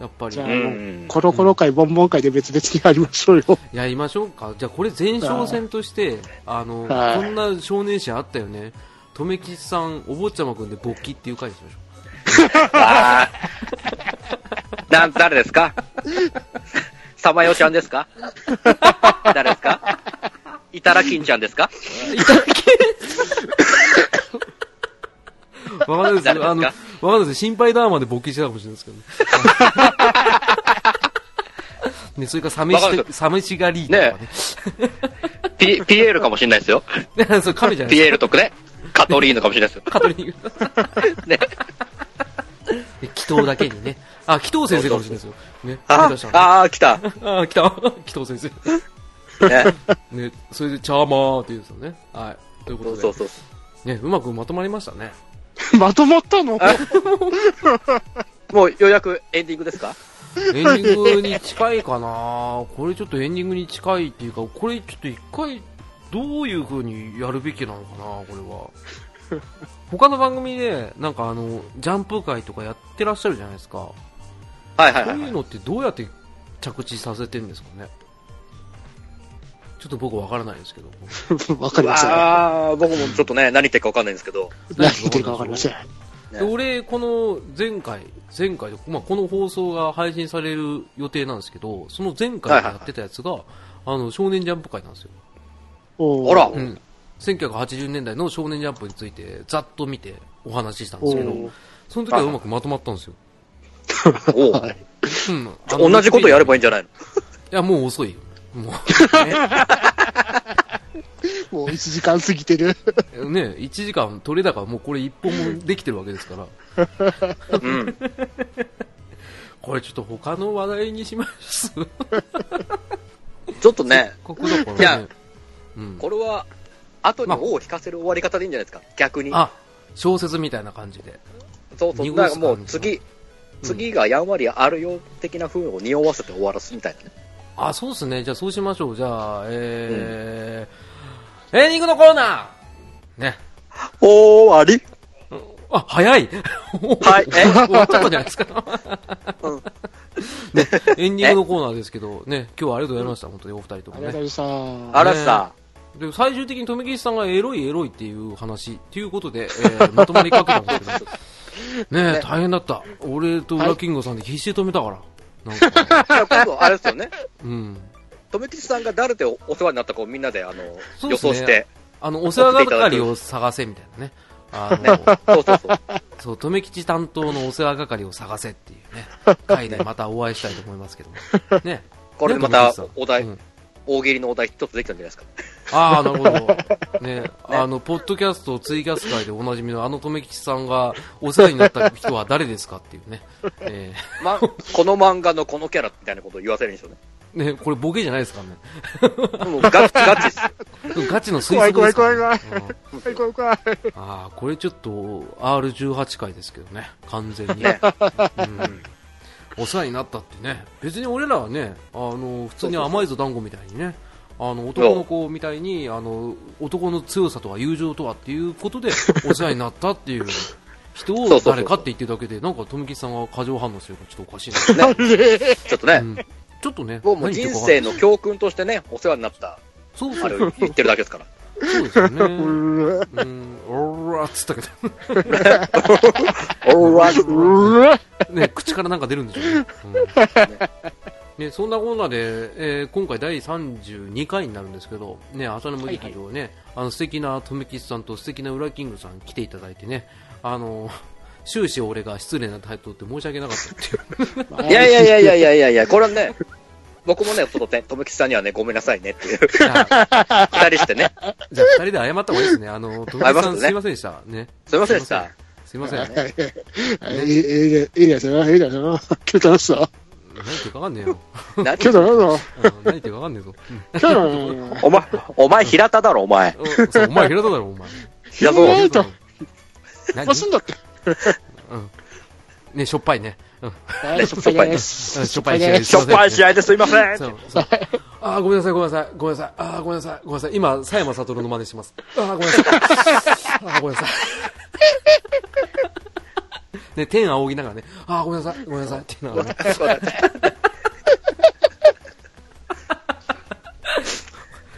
Speaker 3: やっぱり。
Speaker 1: じゃあ
Speaker 2: うんう
Speaker 3: い
Speaker 2: ん。
Speaker 1: コロコロ会、ボンボン会で別々にやりましょうよ。
Speaker 3: や、りましょうか。じゃあこれ前哨戦として、あの、
Speaker 1: はい
Speaker 3: こんな少年誌あったよね。とめきちさん、お坊ちゃまくんで勃起っていう回にしま しょ
Speaker 2: あーなん、誰です かさまよちゃんですか誰ですかいたらきんちゃんですか
Speaker 3: う。いただ
Speaker 2: 誰ですか
Speaker 3: きわかんないですよ。あの、わかんないです心配だーまで勃起してたかもしれないです けどね。ね、それから寂
Speaker 2: わかんない
Speaker 3: し
Speaker 2: で
Speaker 3: 寂しがりーとかね。
Speaker 2: ピ、ピエールかもしれないですよ。
Speaker 3: それ亀じゃない
Speaker 2: ピ
Speaker 3: で
Speaker 2: エ
Speaker 3: す
Speaker 2: ールとかね。カトリーヌかもしれないですよ。
Speaker 3: か。カトリン。
Speaker 2: ね。
Speaker 3: で祈祷だけにね。あ、祈祷先生かもしれないですよ。ね。思い
Speaker 2: あ
Speaker 3: 出し、た
Speaker 2: あー、来た。
Speaker 3: ああ、来た。 祈祷先生。
Speaker 2: ね。
Speaker 3: ね、それで、チャーマーって言うんですよね。はい。というこ
Speaker 2: そ
Speaker 3: と
Speaker 2: う
Speaker 3: で。
Speaker 2: そうそう。
Speaker 3: ね、うまくまとまりましたね。
Speaker 1: まとまったの
Speaker 2: あもうようやくエンディングですか
Speaker 3: エンディングに近いかなこれちょっとエンディングに近いっていうか、これちょっと一回、どういう風にやるべきなのかなこれは。他の番組で、なんかあの、ジャンプ会とかやってらっしゃるじゃないですか。こ
Speaker 2: はいはいうはい
Speaker 3: い
Speaker 2: は
Speaker 3: う
Speaker 2: い。
Speaker 3: のってどうやって着地させてるんですかねちょっと僕わからないですけど。
Speaker 1: わかりません。
Speaker 2: ああ、僕もちょっとね、何言ってるかわかんないんですけど。
Speaker 1: 何言ってるかわかりません。
Speaker 2: ね
Speaker 3: で俺、この前回、前回、まあ、この放送が配信される予定なんですけど、その前回やってたやつが、あの、少年ジャンプ会なんですよ。
Speaker 1: おー
Speaker 2: あら
Speaker 3: う、ん。1980年代の少年ジャンプについて、ざっと見てお話ししたんで
Speaker 1: お
Speaker 3: すけど、
Speaker 1: ー
Speaker 3: その時はうまくまとまったんですよ。
Speaker 2: おう
Speaker 1: はい
Speaker 3: うん。あの
Speaker 2: 同じことやればいいんじゃないの
Speaker 3: いや、もう遅いよ。も
Speaker 1: もう1時間過ぎてる。
Speaker 3: う、ね、1時間取れ高、もうこれ1本もできてるわけですから、
Speaker 2: うん。
Speaker 3: これちょっと他の話題に します。
Speaker 2: ちょっとね、
Speaker 3: ここだからね。
Speaker 2: いや
Speaker 3: うん。
Speaker 2: これは、後に王を引かせる終わり方でいいんじゃないですか逆に。
Speaker 3: あ、小説みたいな感じで。
Speaker 2: そうそう。
Speaker 3: 濁
Speaker 2: だ
Speaker 3: す
Speaker 2: からも
Speaker 3: 感じ
Speaker 2: う
Speaker 3: の
Speaker 2: 次、次がやんわりあるよ的な風を匂わせて終わらすみたいなね。
Speaker 3: あ、そうですね。じゃあそうしましょう。じゃあ、えー、エンディングのコーナーね。
Speaker 2: 終わり
Speaker 3: あ、早い
Speaker 2: はいえ
Speaker 3: 終わっちゃったじゃないですか。
Speaker 2: うん
Speaker 3: ね、エンディングのコーナーですけど、ね、今日はありがとうございました、本当にお二人と
Speaker 1: あ
Speaker 3: も
Speaker 1: りがと
Speaker 3: ね。
Speaker 1: うさん。
Speaker 2: あらさ、
Speaker 3: で、最終的に富吉さんがエロいエロいっていう話、っていうことで、えー、 まとまりかけたんですけど、ね、大変だった。俺と裏キングさんで必死で止めたから。なんか、
Speaker 2: 今度あれですよね。
Speaker 3: うん。
Speaker 2: とめきちさんが誰でお世話になったかをみんなで、あの、
Speaker 3: そう
Speaker 2: 予
Speaker 3: です
Speaker 2: 想
Speaker 3: ね
Speaker 2: して。
Speaker 3: あの、お世話係を探せみたいなね。あ
Speaker 2: そ
Speaker 3: の、
Speaker 2: うそうそう。
Speaker 3: そう、留吉担当のお世話係を探せっていうね、回でまたお会いしたいと思いますけども。ね。
Speaker 2: これで
Speaker 3: ね
Speaker 2: また
Speaker 3: 留吉さん
Speaker 2: お題
Speaker 3: うん
Speaker 2: 大喜利のお題一つできたんじゃないですか。
Speaker 3: ああ、なるほど。ね、あの、ポッドキャストツイキャス会でおなじみのあの留吉さんがお世話になった人は誰ですかっていうね。え
Speaker 2: ま、この漫画のこのキャラみたいなことを言わせるんでしょうね。
Speaker 3: ーね、これボケじゃないですから
Speaker 2: もうガチ、ガチですよ。
Speaker 3: ね。ガチの推測ですから、
Speaker 1: 怖
Speaker 3: ね。
Speaker 1: い怖い
Speaker 3: うん
Speaker 1: はい、怖い怖い。
Speaker 3: ああ、これちょっと R18 回ですけどね、完全 に。
Speaker 2: ね
Speaker 3: うんお世話になったってね、別に俺らはね、あの普通に甘いぞ団子みたいにね、あの男の子みたいにあの男の強さとは友情とはっていうことでお世話になったっていう 人
Speaker 2: そうそう
Speaker 3: を
Speaker 2: そう
Speaker 3: 誰かって言ってるだけで、なんか富吉さんが過剰反応するからちょっとおかしい
Speaker 2: ちょっと
Speaker 3: な、
Speaker 2: ね
Speaker 3: う、んちょっとね、
Speaker 2: 僕もう
Speaker 3: 何言
Speaker 2: 人
Speaker 3: って
Speaker 2: 生の教訓としてね、お世話になった、
Speaker 3: るか
Speaker 2: あ
Speaker 3: 分かんない
Speaker 2: れを言ってるだけです から。
Speaker 3: そうそうそうですよね。うん
Speaker 1: うわ
Speaker 3: おらっつったけど、
Speaker 2: オーライ
Speaker 1: うわ
Speaker 3: ね、口からなんか出るんでしょうね。うんね、そんなこんなで、えー今回第32回になるんですけど、ね、朝の無理劇場ね、あの素敵なとめきちさんと素敵なウラキングさん来ていただいてね、あの、終始俺が失礼な態度って申し訳なかったっていう。
Speaker 2: いやいやいやいやいやいやいや、これはね、僕もね、ちょっとね、とめきちさんにはね、ごめんなさいねっていう、
Speaker 3: じゃあ、
Speaker 2: 二人 してね、
Speaker 3: じゃあ二人で謝った方がいいですね。あの、とめき
Speaker 2: 謝
Speaker 3: ちさ
Speaker 2: っ
Speaker 3: ん
Speaker 2: てね
Speaker 3: すいませんでした。ね。
Speaker 2: すいませんでした。
Speaker 3: すいません。何
Speaker 1: はいはいいいいいねいいですよ、いいですよ。今日楽しそう。
Speaker 3: 言ってるかわかんねえよ。
Speaker 2: 何
Speaker 1: 今日楽しそう。
Speaker 3: うん何言ってるかわかんねえぞ。
Speaker 1: 今日楽し
Speaker 2: お前、お前平田だろ、お前。
Speaker 3: うんおそうお前平田だろ、お前。
Speaker 2: 平田
Speaker 1: お
Speaker 2: だろ
Speaker 1: 前と
Speaker 3: 何
Speaker 1: そう。すんだって。
Speaker 3: うん。ね、しょっぱいね。うん。
Speaker 1: はい、しょっぱいです。
Speaker 3: しょっぱいです
Speaker 2: しょっぱい試合ですいません。
Speaker 3: そうそう。 あーごめんなさい、ごめんなさい、ごめんなさい、あーごめんなさい、ごめんなさい、今、佐山悟の真似します。あーごめんなさい。 あーごめんなさい。 ね、天仰ぎながらね、あーごめんなさい、ごめんなさい、って言いながらね、
Speaker 2: そうだね。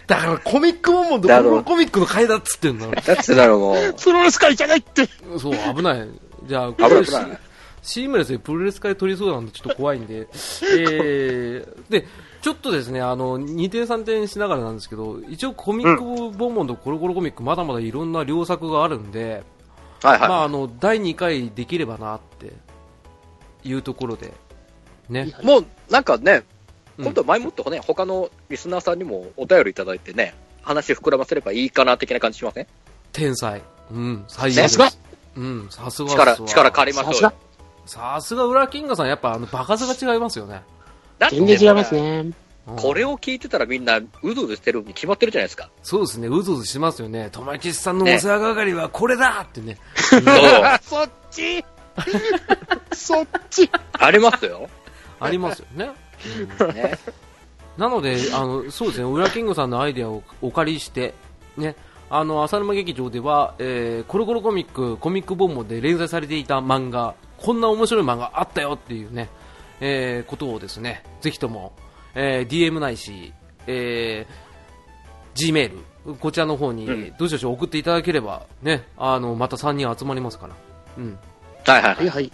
Speaker 3: だからコミックモンモンと
Speaker 2: だ
Speaker 3: コ
Speaker 2: ろう
Speaker 3: ロコミックの替えだっつってんだ
Speaker 2: だってだろ、もう。
Speaker 1: プロレス界じゃないって
Speaker 3: そう、危ない。じゃあ、
Speaker 2: 危ない危ない
Speaker 3: シームレスでプロレス界取りそうなんでちょっと怖いんで、えー、で、ちょっとですね、あの、2点3点しながらなんですけど、一応コミックボンボンとコロコロコミックまだまだいろんな良作があるんで、
Speaker 2: はい
Speaker 3: まあ、
Speaker 2: は
Speaker 3: あの、第2回できればなっていうところで、ね。
Speaker 2: い。もう、なんかね、
Speaker 3: うん
Speaker 2: 今度前もっとね、他のリスナーさんにもお便りいただいてね、話膨らませればいいかな的な感じしません
Speaker 3: 天才。うん、最優
Speaker 2: さ
Speaker 1: すが
Speaker 3: うん、さすが
Speaker 2: 力、力
Speaker 3: か
Speaker 2: 借りま
Speaker 1: さ
Speaker 2: し
Speaker 1: す
Speaker 2: ょう
Speaker 1: が
Speaker 2: よ。
Speaker 3: さすが裏キンガさん、やっぱあの、場数が違いますよね。
Speaker 2: だって
Speaker 1: 全然違いますね
Speaker 3: うん
Speaker 2: これを聞いてたらみんなうずうずしてるに決まってるじゃないですか。
Speaker 3: そうですね、うずうずしますよね。友吉さんのお世話係はこれだっ てね。
Speaker 2: そう。
Speaker 1: そっ ちそっち
Speaker 2: ありますよ。
Speaker 3: ありますよね。
Speaker 2: ね、
Speaker 3: なので、あの、そうですね、ウラキングさんのアイデアをお借りして、ね、あの、浅沼劇場では、えー、コロコロコミック、コミックボンボンで連載されていた漫画、こんな面白い漫画あったよっていうね、えー、ことをですね、ぜひとも、えー、DM ないし、えー、Gmail、こちらの方に、どしどし送っていただければ、ね、あの、また3人集まりますから。うん。
Speaker 2: はいはいは
Speaker 1: はいい。はい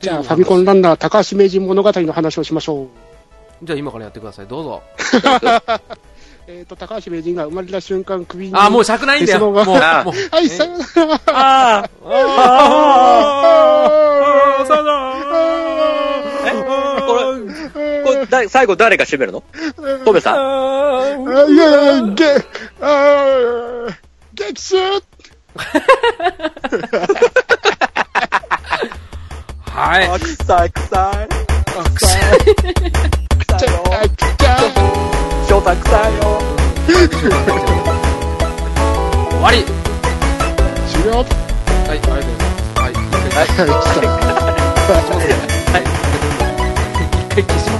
Speaker 1: じゃあファミコンランナー高橋名人物語の話をしましょう
Speaker 3: じゃあ今からやってください、どうぞ。
Speaker 1: えっ、と高橋名人が生まれた瞬間首に
Speaker 3: あ、もう尺ないんだよ。
Speaker 1: 鉄
Speaker 3: も
Speaker 1: 棒
Speaker 3: う、
Speaker 1: が
Speaker 3: もう。
Speaker 2: あ
Speaker 1: はいさよなら
Speaker 3: あーあー、そうだ。こ
Speaker 2: これだい最後誰が締めるのトメさん。
Speaker 1: あいやいや、げ、あー激臭
Speaker 3: はい。
Speaker 2: 臭い臭い。
Speaker 1: ちゃあ来た
Speaker 2: 翔太臭いよ。
Speaker 3: 終わり。
Speaker 1: 終了
Speaker 3: はい、ありがとうございます。はい。
Speaker 1: はい来た
Speaker 3: 一回消します。